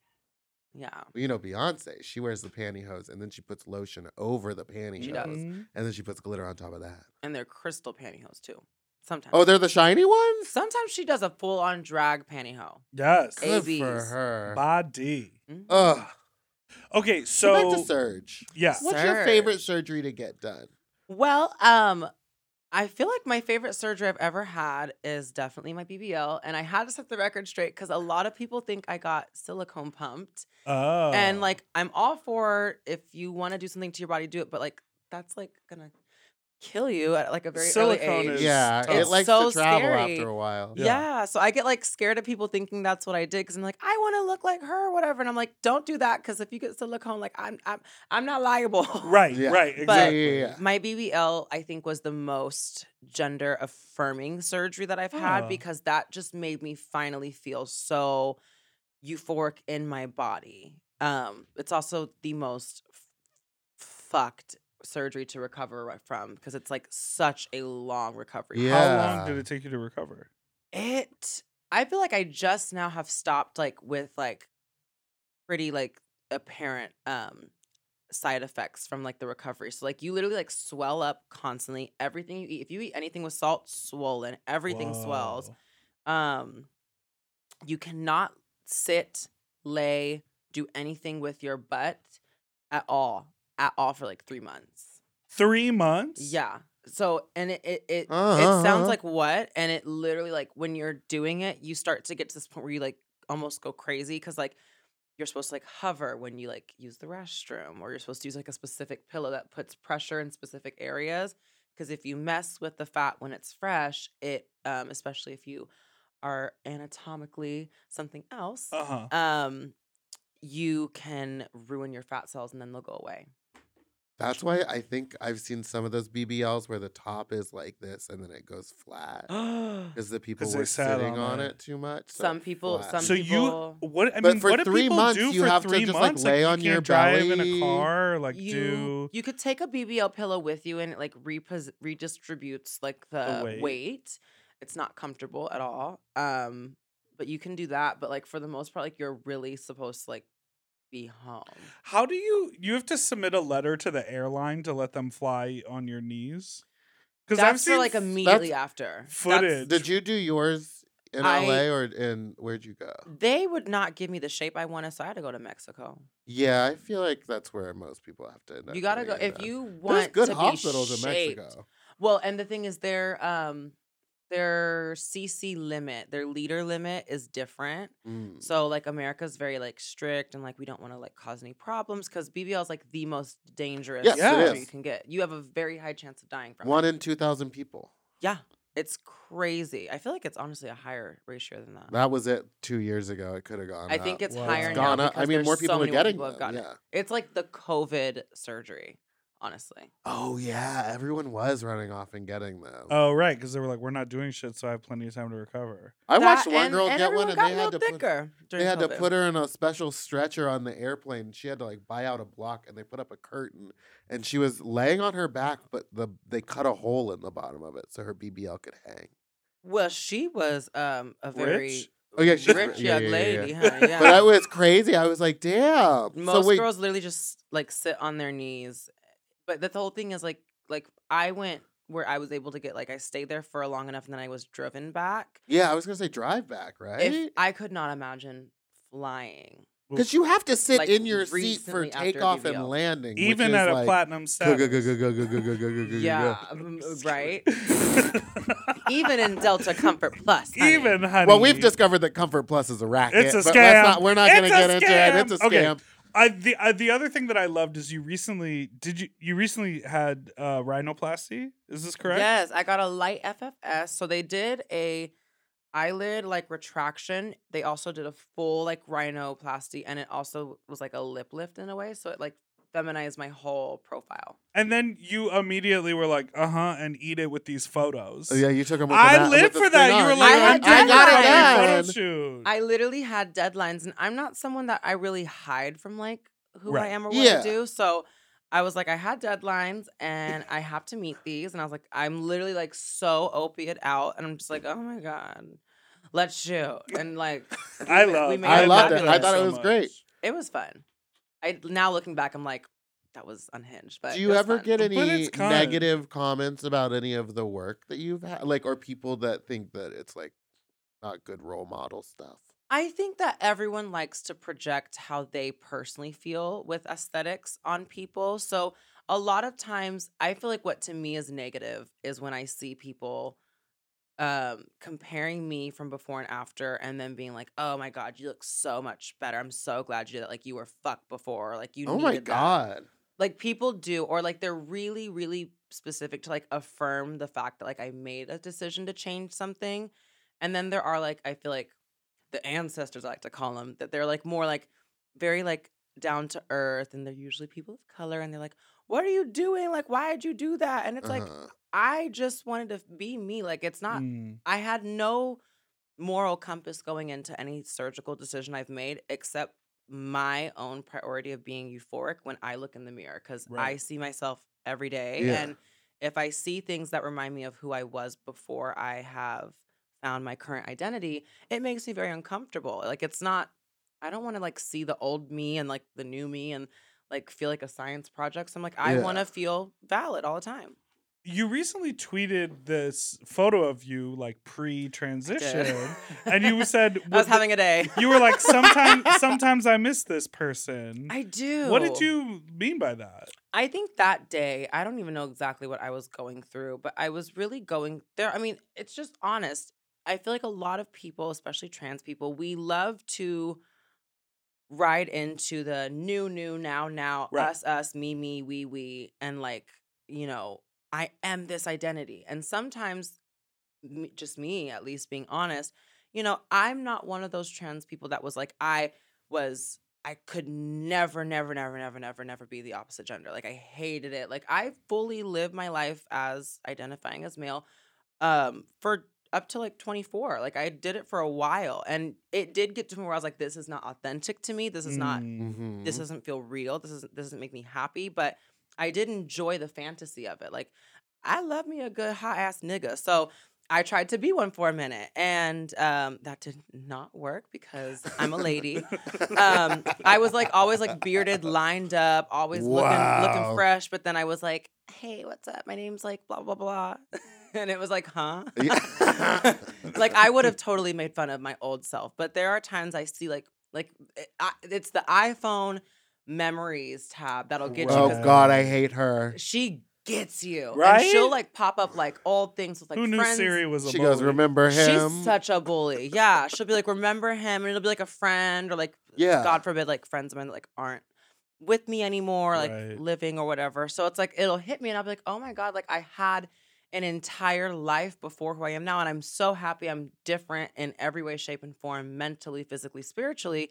Speaker 5: Yeah.
Speaker 1: Well, You know, Beyonce, she wears the pantyhose and then she puts lotion over the pantyhose.
Speaker 5: She does.
Speaker 2: Mm-hmm.
Speaker 1: And then she puts glitter on top of that.
Speaker 5: And they're crystal pantyhose too. Sometimes.
Speaker 1: Oh, they're the shiny ones?
Speaker 5: Sometimes she does a full on drag pantyhose.
Speaker 2: Yes.
Speaker 5: Hey.
Speaker 1: Good
Speaker 5: ABs.
Speaker 1: for her.
Speaker 2: Body.
Speaker 5: Mhm.
Speaker 1: Ugh.
Speaker 2: Okay,
Speaker 1: So back
Speaker 2: so
Speaker 1: to Surge.
Speaker 2: yeah.
Speaker 1: What's your favorite surgery to get done?
Speaker 5: Well, um, I feel like my favorite surgery I've ever had is definitely my BBL, and I had to set the record straight because a lot of people think I got silicone pumped,
Speaker 2: Oh.
Speaker 5: and like I'm all for if you want to do something to your body, do it, but like that's like gonna kill you at like a very
Speaker 2: Silicone
Speaker 5: early age.
Speaker 2: is-
Speaker 1: Yeah,
Speaker 2: tough.
Speaker 1: it
Speaker 5: It's
Speaker 1: likes
Speaker 5: so
Speaker 1: to travel
Speaker 5: scary.
Speaker 1: after a while.
Speaker 2: Yeah.
Speaker 5: Yeah. so I get like scared of people thinking that's what I did because I'm like, I want to look like her, or whatever, and I'm like, don't do that because if you get silicone, like I'm, I'm, I'm not liable.
Speaker 2: Right,
Speaker 1: Yeah.
Speaker 2: right,
Speaker 5: But-
Speaker 1: Yeah,
Speaker 2: exactly.
Speaker 1: yeah, yeah.
Speaker 5: My BBL, I think, was the most gender affirming surgery that I've
Speaker 2: Oh.
Speaker 5: had because that just made me finally feel so euphoric in my body. Um, it's also the most f- fucked surgery to recover ri- from because it's like such a long recovery.
Speaker 1: Yeah.
Speaker 2: How long did it take you to recover?
Speaker 5: It, I feel like I just now have stopped like with like pretty like apparent um side effects from like the recovery. So like you literally like swell up constantly. Everything you eat, if you eat anything with salt, swollen. Everything swells.
Speaker 2: Whoa.
Speaker 5: Um you cannot sit, lay, do anything with your butt at all. At all for like 3 months.
Speaker 2: Three months.
Speaker 5: Yeah. So and it it it,
Speaker 1: Uh-huh,
Speaker 5: it sounds
Speaker 1: uh-huh.
Speaker 5: like what? And it literally like when you're doing it, you start to get to this point where you like almost go crazy because like you're supposed to like hover when you like use the restroom, or you're supposed to use like a specific pillow that puts pressure in specific areas. Because if you mess with the fat when it's fresh, it um, especially if you are anatomically something else,
Speaker 2: Uh
Speaker 5: (gasps)
Speaker 2: (gasps) huh.
Speaker 5: um, you can ruin your fat cells and then they'll go away.
Speaker 1: That's why I think I've seen some of those BBLs where the top is like this and then it goes
Speaker 2: (gasps)
Speaker 1: flat because the people
Speaker 2: 'Cause they
Speaker 1: were
Speaker 2: sat
Speaker 1: sitting
Speaker 2: on
Speaker 1: on
Speaker 2: it.
Speaker 1: it too much. so
Speaker 5: Some
Speaker 1: it
Speaker 5: people-
Speaker 1: flat.
Speaker 5: some
Speaker 2: So you
Speaker 5: people-
Speaker 2: what? I
Speaker 1: But
Speaker 2: mean,
Speaker 1: for
Speaker 2: what do
Speaker 1: three
Speaker 2: people
Speaker 1: months,
Speaker 2: do
Speaker 1: you
Speaker 2: for
Speaker 1: have to
Speaker 2: three
Speaker 1: just, like,
Speaker 2: months?
Speaker 1: lay
Speaker 2: you
Speaker 1: on your
Speaker 2: can't drive in a
Speaker 1: belly.
Speaker 2: car. Or, like do
Speaker 5: you you could take a BBL pillow with you and it like repos- redistributes like the,
Speaker 2: weight.
Speaker 5: weight. It's not comfortable at all. Um, but you can do that. But like for the most part, like you're really supposed to like be home.
Speaker 2: How do you you have to submit a letter to the airline to let them fly on your knees? Because I've
Speaker 5: That's
Speaker 2: seen
Speaker 5: for like immediately after That's-
Speaker 2: footage.
Speaker 1: Did you do yours in
Speaker 5: I- Mm.
Speaker 1: LA or in where'd you go?
Speaker 5: They would not give me the shape I wanted, so I had to go to Mexico.
Speaker 1: Yeah, I feel like that's where most people have to end up.
Speaker 5: you gotta go
Speaker 1: doing it
Speaker 5: if
Speaker 1: then.
Speaker 5: you
Speaker 1: There's
Speaker 5: want
Speaker 1: good
Speaker 5: to
Speaker 1: hospitals
Speaker 5: be
Speaker 1: in
Speaker 5: shaped-
Speaker 1: Mexico.
Speaker 5: Well, and the thing is, their um, their CC limit, their leader limit is different.
Speaker 1: Mm.
Speaker 5: So like America's very like strict and like we don't want to like cause any problems because BBL is like the most dangerous
Speaker 1: Yes,
Speaker 2: it
Speaker 5: surgery
Speaker 1: is.
Speaker 5: you can get. You have a very high chance of dying from
Speaker 1: One
Speaker 5: it.
Speaker 1: in two thousand people.
Speaker 5: yeah, it's crazy. I feel like it's honestly a higher ratio than that.
Speaker 1: That was it two years ago. It could have gone.
Speaker 5: Uh-huh. I think
Speaker 1: up.
Speaker 5: it's
Speaker 2: Wow.
Speaker 5: higher
Speaker 1: It's
Speaker 5: now.
Speaker 1: gone up. I
Speaker 5: because
Speaker 1: mean,
Speaker 5: there's
Speaker 1: more
Speaker 5: so
Speaker 1: people are
Speaker 5: many more
Speaker 1: getting
Speaker 5: people have
Speaker 1: them,
Speaker 5: gotten
Speaker 1: yeah.
Speaker 5: it. It's like the COVID surgery, honestly.
Speaker 1: Oh yeah, everyone was running off and getting them.
Speaker 2: Oh right, because they were like, we're not doing shit, so I have plenty of time to recover.
Speaker 1: I watched
Speaker 5: That
Speaker 1: one
Speaker 5: and-
Speaker 1: girl
Speaker 5: and
Speaker 1: get one,
Speaker 5: everyone
Speaker 1: and
Speaker 5: got
Speaker 1: they
Speaker 5: a
Speaker 1: had to
Speaker 5: little
Speaker 1: put,
Speaker 5: thicker
Speaker 1: they
Speaker 5: during
Speaker 1: had to
Speaker 5: COVID.
Speaker 1: put her in a special stretcher on the airplane. She had to like buy out a block, and they put up a curtain, and she was laying on her back, but the they cut a hole in the bottom of it so her BBL could hang.
Speaker 5: Well, she was um a very
Speaker 2: Rich?
Speaker 1: Oh yeah, she's
Speaker 5: rich
Speaker 1: yeah,
Speaker 5: young
Speaker 1: yeah, yeah, yeah. (laughs)
Speaker 5: lady, huh? Yeah.
Speaker 1: But I was crazy. I was like, damn.
Speaker 5: Most
Speaker 1: so wait,
Speaker 5: girls literally just like sit on their knees. But the whole thing is like like I went where I was able to get like I stayed there for long enough and then I was driven back.
Speaker 1: yeah, I was gonna say drive back, right?
Speaker 5: If I could not imagine flying.
Speaker 1: Because you have to sit
Speaker 5: Like,
Speaker 1: in your seat for
Speaker 5: recently after
Speaker 1: takeoff and
Speaker 5: BBL.
Speaker 1: landing, which
Speaker 2: Even
Speaker 1: is
Speaker 2: at a
Speaker 1: like, (laughs)
Speaker 2: platinum
Speaker 1: go,
Speaker 2: status.
Speaker 1: go, go, go, go, go, go, go, go, go, go, (laughs)
Speaker 5: Yeah,
Speaker 1: go.
Speaker 5: um,
Speaker 1: (laughs)
Speaker 5: right. Even
Speaker 2: (laughs)
Speaker 5: in Delta Comfort Plus. honey.
Speaker 2: Even honey.
Speaker 1: Well, we've discovered that Comfort Plus is a racket.
Speaker 2: It's a
Speaker 1: but let's
Speaker 2: scam.
Speaker 1: not- we're not
Speaker 2: It's
Speaker 1: going to
Speaker 2: a
Speaker 1: get into it.
Speaker 2: scam.
Speaker 1: It's a
Speaker 2: Okay.
Speaker 1: scam.
Speaker 2: I, the uh, the other thing that I loved is you recently did you you recently had uh, rhinoplasty? Is this correct?
Speaker 5: Yes, I got a light FFS. So they did a eyelid like retraction. They also did a full like rhinoplasty and it also was like a lip lift in a way. So it like feminize my whole profile.
Speaker 2: And then you immediately were like, uh huh, and eat it with these photos.
Speaker 1: Oh, Yeah, you took him. With the
Speaker 2: I
Speaker 1: ma-
Speaker 2: live
Speaker 1: with the
Speaker 2: for that.
Speaker 1: thing
Speaker 2: You were
Speaker 1: on.
Speaker 2: like,
Speaker 5: I
Speaker 2: I am
Speaker 5: had
Speaker 2: doing
Speaker 5: deadlines.
Speaker 2: a photo shoot.
Speaker 5: I literally had deadlines, and I'm not someone that I really hide from like who
Speaker 2: Right.
Speaker 5: I am or what
Speaker 1: Yeah.
Speaker 5: I do. So I was like, I had deadlines, and I have to meet these. And I was like, I'm literally like so opiate out, and I'm just like, oh my god, let's shoot. And like,
Speaker 2: I
Speaker 5: (laughs) we
Speaker 2: love.
Speaker 1: (laughs)
Speaker 5: made
Speaker 1: I
Speaker 5: it
Speaker 1: loved it. I
Speaker 5: fabulous.
Speaker 1: thought it
Speaker 2: so
Speaker 1: was
Speaker 2: much.
Speaker 1: great.
Speaker 5: it was fun. I now looking back, I'm like, that was unhinged. But
Speaker 1: Do
Speaker 5: it
Speaker 1: you
Speaker 5: was
Speaker 1: ever
Speaker 5: fun.
Speaker 1: get
Speaker 2: But
Speaker 1: any
Speaker 2: it's kind.
Speaker 1: negative comments about any of the work that you've had, like, or people that think that it's like not good role model stuff?
Speaker 5: I think that everyone likes to project how they personally feel with aesthetics on people. So a lot of times, I feel like what to me is negative is when I see people um, comparing me from before and after, and then being like, "Oh my god, you look so much better! I'm so glad you did that. Like you were fucked before. Like you.
Speaker 1: oh my
Speaker 5: needed that."
Speaker 1: god!
Speaker 5: like people do or like they're really really specific to like affirm the fact that like i made a decision to change something and then there are like i feel like the ancestors i like to call them that they're like more like very like down to earth and they're usually people of color and they're like what are you doing like why did you do that and it's like
Speaker 1: Uh-huh.
Speaker 5: i just wanted to be me like it's not
Speaker 2: Mm.
Speaker 5: I had no moral compass going into any surgical decision I've made except my own priority of being euphoric when I look in the mirror because I
Speaker 2: Right.
Speaker 5: see myself every day.
Speaker 1: Yeah.
Speaker 5: And if I see things that remind me of who I was before I have found my current identity, it makes me very uncomfortable. Like it's not, I don't want to like see the old me and like the new me and like feel like a science project. So I'm like, I
Speaker 1: Yeah.
Speaker 5: want to feel valid all the time.
Speaker 2: You recently tweeted this photo of you like pre-transition, and
Speaker 5: (laughs)
Speaker 2: you said
Speaker 5: I was having a day.
Speaker 2: You were like,
Speaker 5: (laughs)
Speaker 2: sometimes, sometimes I miss this person.
Speaker 5: I do.
Speaker 2: What did you mean by that?
Speaker 5: I think that day, I don't even know exactly what I was going through, but I was really going there. I mean, it's just honest. I feel like a lot of people, especially trans people, we love to ride into the new, new, now, now,
Speaker 2: Right.
Speaker 5: us, us, me, me, we, we, and like, you know, I am this identity. And sometimes, me, just me, at least being honest, you know, I'm not one of those trans people that was like, I was I could never, never, never, never, never, never be the opposite gender. Like I hated it. Like I fully lived my life as identifying as male um for up to like 24. Like I did it for a while. And it did get to me where I was like, this is not authentic to me. This is not
Speaker 2: Mm.
Speaker 1: Mhm.
Speaker 5: this doesn't feel real. This isn't this doesn't make me happy. But I did enjoy the fantasy of it. Like I love me a good hot ass nigga. So I tried to be one for a minute, and um, that did not work because I'm a lady. um, I was like always like bearded, lined up, always looking
Speaker 1: Wow.
Speaker 5: looking fresh. But then I was like, "Hey, what's up? My name's like blah blah blah," (laughs) and it was like, "Huh."
Speaker 1: (laughs) Yeah.
Speaker 5: (laughs) like
Speaker 2: (laughs)
Speaker 5: I would have totally made fun of my old self, but there are times I see like like it- I, it's the iPhone memories tab that'll get
Speaker 2: Well,
Speaker 5: you.
Speaker 1: oh
Speaker 5: 'cause
Speaker 1: god, I hate her.
Speaker 5: she gets you,
Speaker 2: Right?
Speaker 5: And she'll like pop up like old things with like
Speaker 2: Who knew
Speaker 5: friends.
Speaker 2: Siri was a
Speaker 1: She goes,
Speaker 2: bully?
Speaker 1: remember him?
Speaker 5: She's such a bully. Yeah, she'll be like, remember him, and it'll be like a friend or like
Speaker 1: yeah.
Speaker 5: God forbid, like friends of mine that like aren't with me anymore, like
Speaker 2: Right.
Speaker 5: living or whatever. So it's like it'll hit me and I'll be like, oh my God, like I had an entire life before who I am now. And I'm so happy I'm different in every way, shape, and form, mentally, physically, spiritually.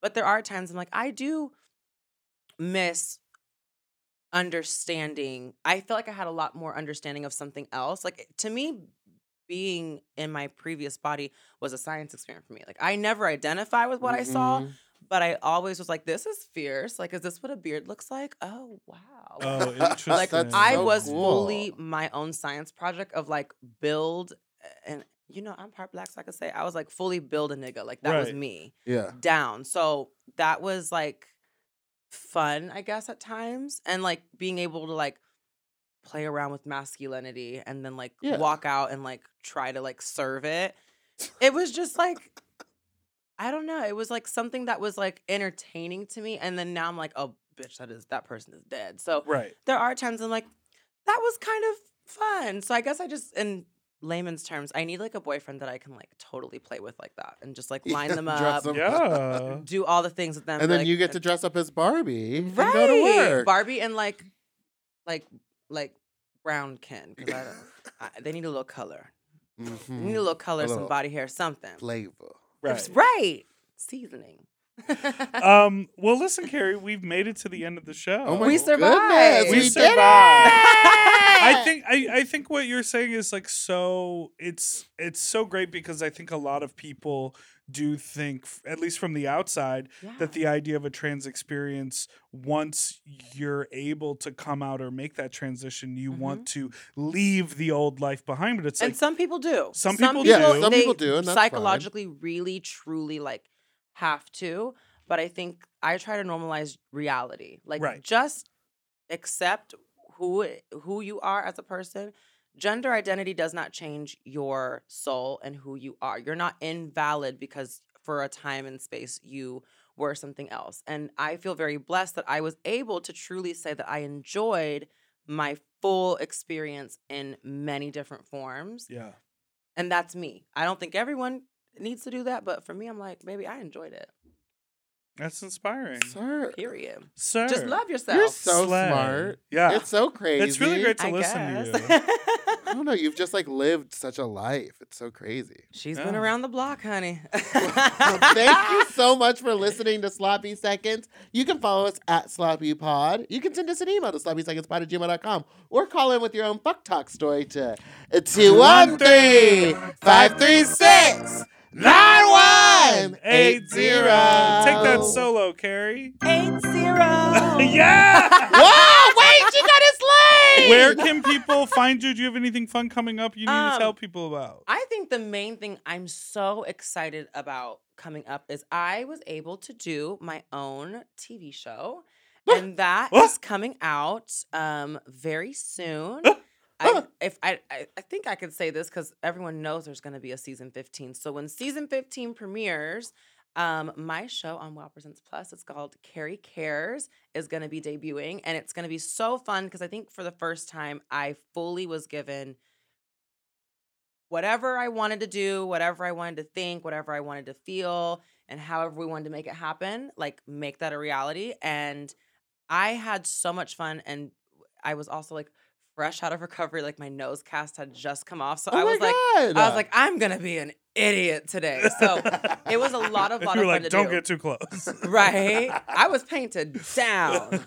Speaker 5: But there are times I'm like, I do miss understanding. I feel like I had a lot more understanding of something else. Like to me, being in my previous body was a science experiment for me. Like I never identify with what I saw
Speaker 1: Mhm.
Speaker 5: but I always was like, this is fierce. Like, is this what a beard looks like? Oh, wow.
Speaker 2: Oh, interesting.
Speaker 5: (laughs) like,
Speaker 1: that's
Speaker 5: I
Speaker 1: so
Speaker 5: was
Speaker 1: cool.
Speaker 5: fully my own science project of like build, and you know, I'm part black, so I could say I was like fully build a nigga. Like, that was
Speaker 2: Right.
Speaker 5: me
Speaker 1: Yeah.
Speaker 5: down. So that was like fun, I guess, at times. And like being able to like play around with masculinity and then like
Speaker 1: Yeah.
Speaker 5: walk out and like try to like serve it. It was just like I don't know. It was like something that was like entertaining to me. And then now I'm like, oh bitch, that is that person is dead. So
Speaker 2: right.
Speaker 5: there are times I'm like, that was kind of fun. So I guess I just in layman's terms, I need like a boyfriend that I can like totally play with like that and just like
Speaker 1: (laughs)
Speaker 5: line
Speaker 1: Yeah,
Speaker 5: them
Speaker 1: dress
Speaker 5: up
Speaker 1: them (laughs)
Speaker 2: Yeah.
Speaker 5: do all the things with them.
Speaker 1: And
Speaker 5: be
Speaker 1: then
Speaker 5: like- uh,
Speaker 1: you get to dress up as Barbie
Speaker 5: right,
Speaker 1: and go to work.
Speaker 5: Barbie and like, like, like brown Ken. 'cause
Speaker 1: (laughs)
Speaker 5: I don't, I, they need a little color. They
Speaker 1: Mhm.
Speaker 5: (laughs) need a little color,
Speaker 1: A
Speaker 5: some
Speaker 1: little Oh
Speaker 5: body hair, something.
Speaker 1: Flavor.
Speaker 5: That's
Speaker 2: Right.
Speaker 1: (laughs)
Speaker 5: right. Seasoning.
Speaker 2: Um, well, listen, Carrie, we've made it to the end of the show.
Speaker 1: Oh my
Speaker 5: We
Speaker 1: goodness,
Speaker 5: survived.
Speaker 1: We,
Speaker 5: We
Speaker 1: did
Speaker 2: survived.
Speaker 1: it!
Speaker 2: (laughs)
Speaker 5: (laughs)
Speaker 2: I think I, I think what you're saying is like so it's it's so great because I think a lot of people do think f- at least from the outside that the idea of a trans experience once you're able to come out or make that transition you want to leave the old life behind but it's
Speaker 5: Mm-hmm. and
Speaker 2: like
Speaker 5: some people do.
Speaker 2: Some people
Speaker 1: Yeah, do. some
Speaker 5: they
Speaker 1: people do, and that's fine.
Speaker 5: psychologically, really, truly, like have to. But I think I try to normalize reality. Like,
Speaker 2: Right.
Speaker 5: just accept who it- who you are as a person. Gender identity does not change your soul and who you are. You're not invalid because for a time and space you were something else. And I feel very blessed that I was able to truly say that I enjoyed my full experience in many different forms
Speaker 2: yeah
Speaker 5: and that's me. I don't think everyone needs to do that, but for me, I'm like, baby, I enjoyed it.
Speaker 2: that's inspiring
Speaker 1: Sir,
Speaker 5: Period.
Speaker 2: sir
Speaker 5: Just love yourself.
Speaker 1: you're so
Speaker 2: Slay.
Speaker 1: smart.
Speaker 2: yeah
Speaker 1: It's so crazy.
Speaker 2: it's really great to
Speaker 5: I
Speaker 2: listen
Speaker 5: (laughs) guess.
Speaker 2: to you
Speaker 1: I don't know. You've just like lived such a life. It's so crazy.
Speaker 5: She's been
Speaker 2: Yeah.
Speaker 5: around the block, honey.
Speaker 1: Well, thank you so much for listening to Sloppy Seconds. You can follow us at Sloppy Pod. You can send us an email to sloppysecondspod at gmail.com or call in with your own fuck talk story to 213 536
Speaker 2: eight
Speaker 1: 9180.
Speaker 2: zero take that solo Carrie
Speaker 5: (laughs) Eight zero.
Speaker 2: (laughs) yeah
Speaker 1: Whoa, wait, she got it slayed.
Speaker 2: (laughs) where can people find you do you have anything fun coming up you need to
Speaker 5: Um,
Speaker 2: tell people about
Speaker 5: I think the main thing I'm so excited about coming up is I was able to do my own TV show, and that
Speaker 2: Ah.
Speaker 5: is coming out um, very soon. I, if I, I, I think I could say this because everyone knows there's going to be a season 15. So when season 15 premieres, um, my show on Wow Presents Plus, it's called Carrie Cares, is going to be debuting, and it's going to be so fun because I think for the first time I fully was given whatever I wanted to do, whatever I wanted to think, whatever I wanted to feel, and however we wanted to make it happen, like make that a reality. And I had so much fun. And I was also like fresh out of (laughs) recovery. Like my nose cast had just come off. So
Speaker 1: Oh
Speaker 5: I
Speaker 1: my
Speaker 5: was like,
Speaker 1: God.
Speaker 5: I was like, I'm going to be an idiot today. So it
Speaker 2: (laughs)
Speaker 5: was a lot of, lot
Speaker 2: you
Speaker 5: of
Speaker 2: were like
Speaker 5: fun to
Speaker 2: don't
Speaker 5: do.
Speaker 2: get too close
Speaker 5: Right,
Speaker 1: (laughs)
Speaker 5: I was painted
Speaker 2: (laughs)
Speaker 5: down,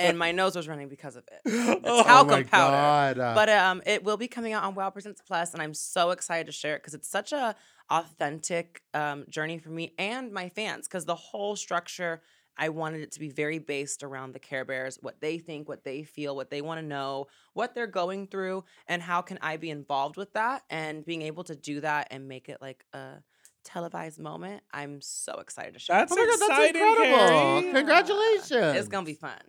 Speaker 5: and my nose was running because of it.
Speaker 1: oh my
Speaker 5: talcum powder.
Speaker 1: God.
Speaker 5: But um, it will be coming out on Wow Presents Plus, and I'm so excited to share it because it's such a authentic um, journey for me and my fans. Because the whole structure, I wanted it to be very based around the Care Bears, what they think, what they feel, what they want to know, what they're going through, and how can I be involved with that? And being able to do that and make it like a televised moment, I'm so excited to share. it.
Speaker 2: That's
Speaker 1: oh my God, that's
Speaker 2: exciting,
Speaker 1: incredible.
Speaker 2: Carrie.
Speaker 1: Congratulations.
Speaker 5: It's gonna be fun.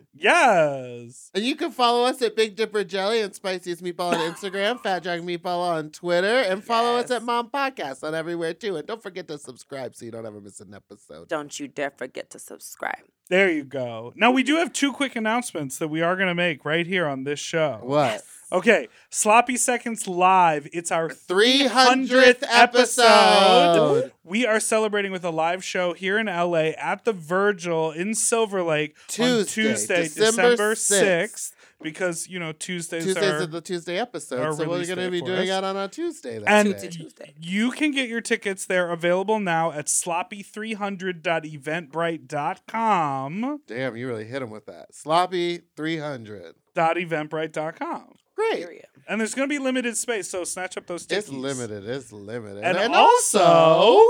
Speaker 2: Yes.
Speaker 1: And you can follow us at Big Dipper Jelly and Spiciest Meatball on
Speaker 2: (laughs)
Speaker 1: Instagram, Fat Jack Meatball on Twitter, and follow us
Speaker 5: Yes.
Speaker 1: at Mom Podcast on everywhere too. And don't forget to subscribe so you don't ever miss an episode.
Speaker 5: Don't you dare forget to subscribe.
Speaker 2: There you go. Now we do have two quick announcements that we are going to make right here on this show.
Speaker 1: What?
Speaker 2: Okay, Sloppy Seconds Live. It's our
Speaker 1: 300th episode.
Speaker 2: We are celebrating with a live show here in LA at the Virgil in Silver Lake on
Speaker 1: Tuesday,
Speaker 2: Tuesday,
Speaker 1: December
Speaker 2: December,
Speaker 1: 6th.
Speaker 2: 6th, because, you know, Tuesdays,
Speaker 1: Tuesdays
Speaker 2: are
Speaker 1: are the Tuesday episode,
Speaker 2: our
Speaker 1: so we're
Speaker 2: release
Speaker 1: going to
Speaker 2: day
Speaker 1: be
Speaker 2: for
Speaker 1: doing
Speaker 2: us.
Speaker 1: that on a Tuesday. That's
Speaker 2: And
Speaker 1: it.
Speaker 5: Tuesday.
Speaker 2: you can get your tickets. They're available now at sloppy300.eventbrite.com.
Speaker 1: damn, you really hit him with that sloppy three hundred.
Speaker 2: Dot eventbrite.com.
Speaker 1: Great.
Speaker 5: Period.
Speaker 2: And there's going to be limited space, so snatch up those tickets.
Speaker 1: It's limited. It's limited.
Speaker 2: And
Speaker 1: also,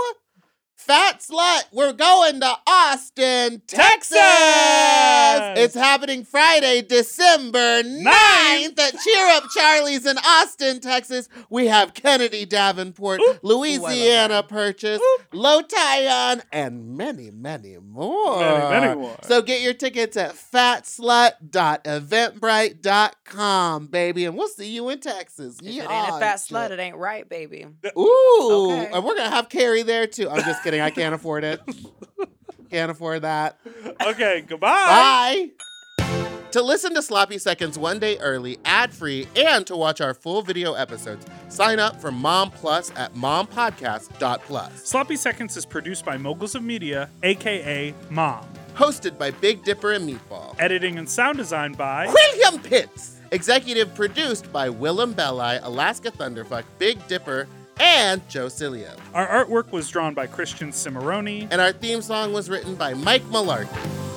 Speaker 1: Fat Slut, we're going to Austin, Texas. It's happening Friday, December 9th at Cheer Up Charlie's in Austin, Texas. We have Kennedy Davenport, Louisiana Purchase, Lotion, and many, many more.
Speaker 2: Many, many more.
Speaker 1: Uh, So get your tickets at fatslut.eventbrite.com, baby, and we'll see you in Texas.
Speaker 5: If it ain't a fat
Speaker 1: Yeah.
Speaker 5: slut, it ain't right, baby.
Speaker 1: Ooh,
Speaker 5: Okay.
Speaker 1: and we're gonna have Carrie there too. I'm just kidding. I can't afford it. Can't afford that.
Speaker 2: Okay, goodbye.
Speaker 1: Bye. To listen to Sloppy Seconds one day early, ad free, and to watch our full video episodes, sign up for Mom Plus at mompodcast.plus.
Speaker 2: Sloppy Seconds is produced by Moguls of Media, aka Mom.
Speaker 1: Hosted by Big Dipper and Meatball.
Speaker 2: Editing and sound design by
Speaker 1: William Pitts. Executive produced by Willem Belli, Alaska Thunderfuck, Big Dipper, and Joe Cilio.
Speaker 2: Our artwork was drawn by Christian Cimarroni.
Speaker 1: And our theme song was written by Mike Malarkey.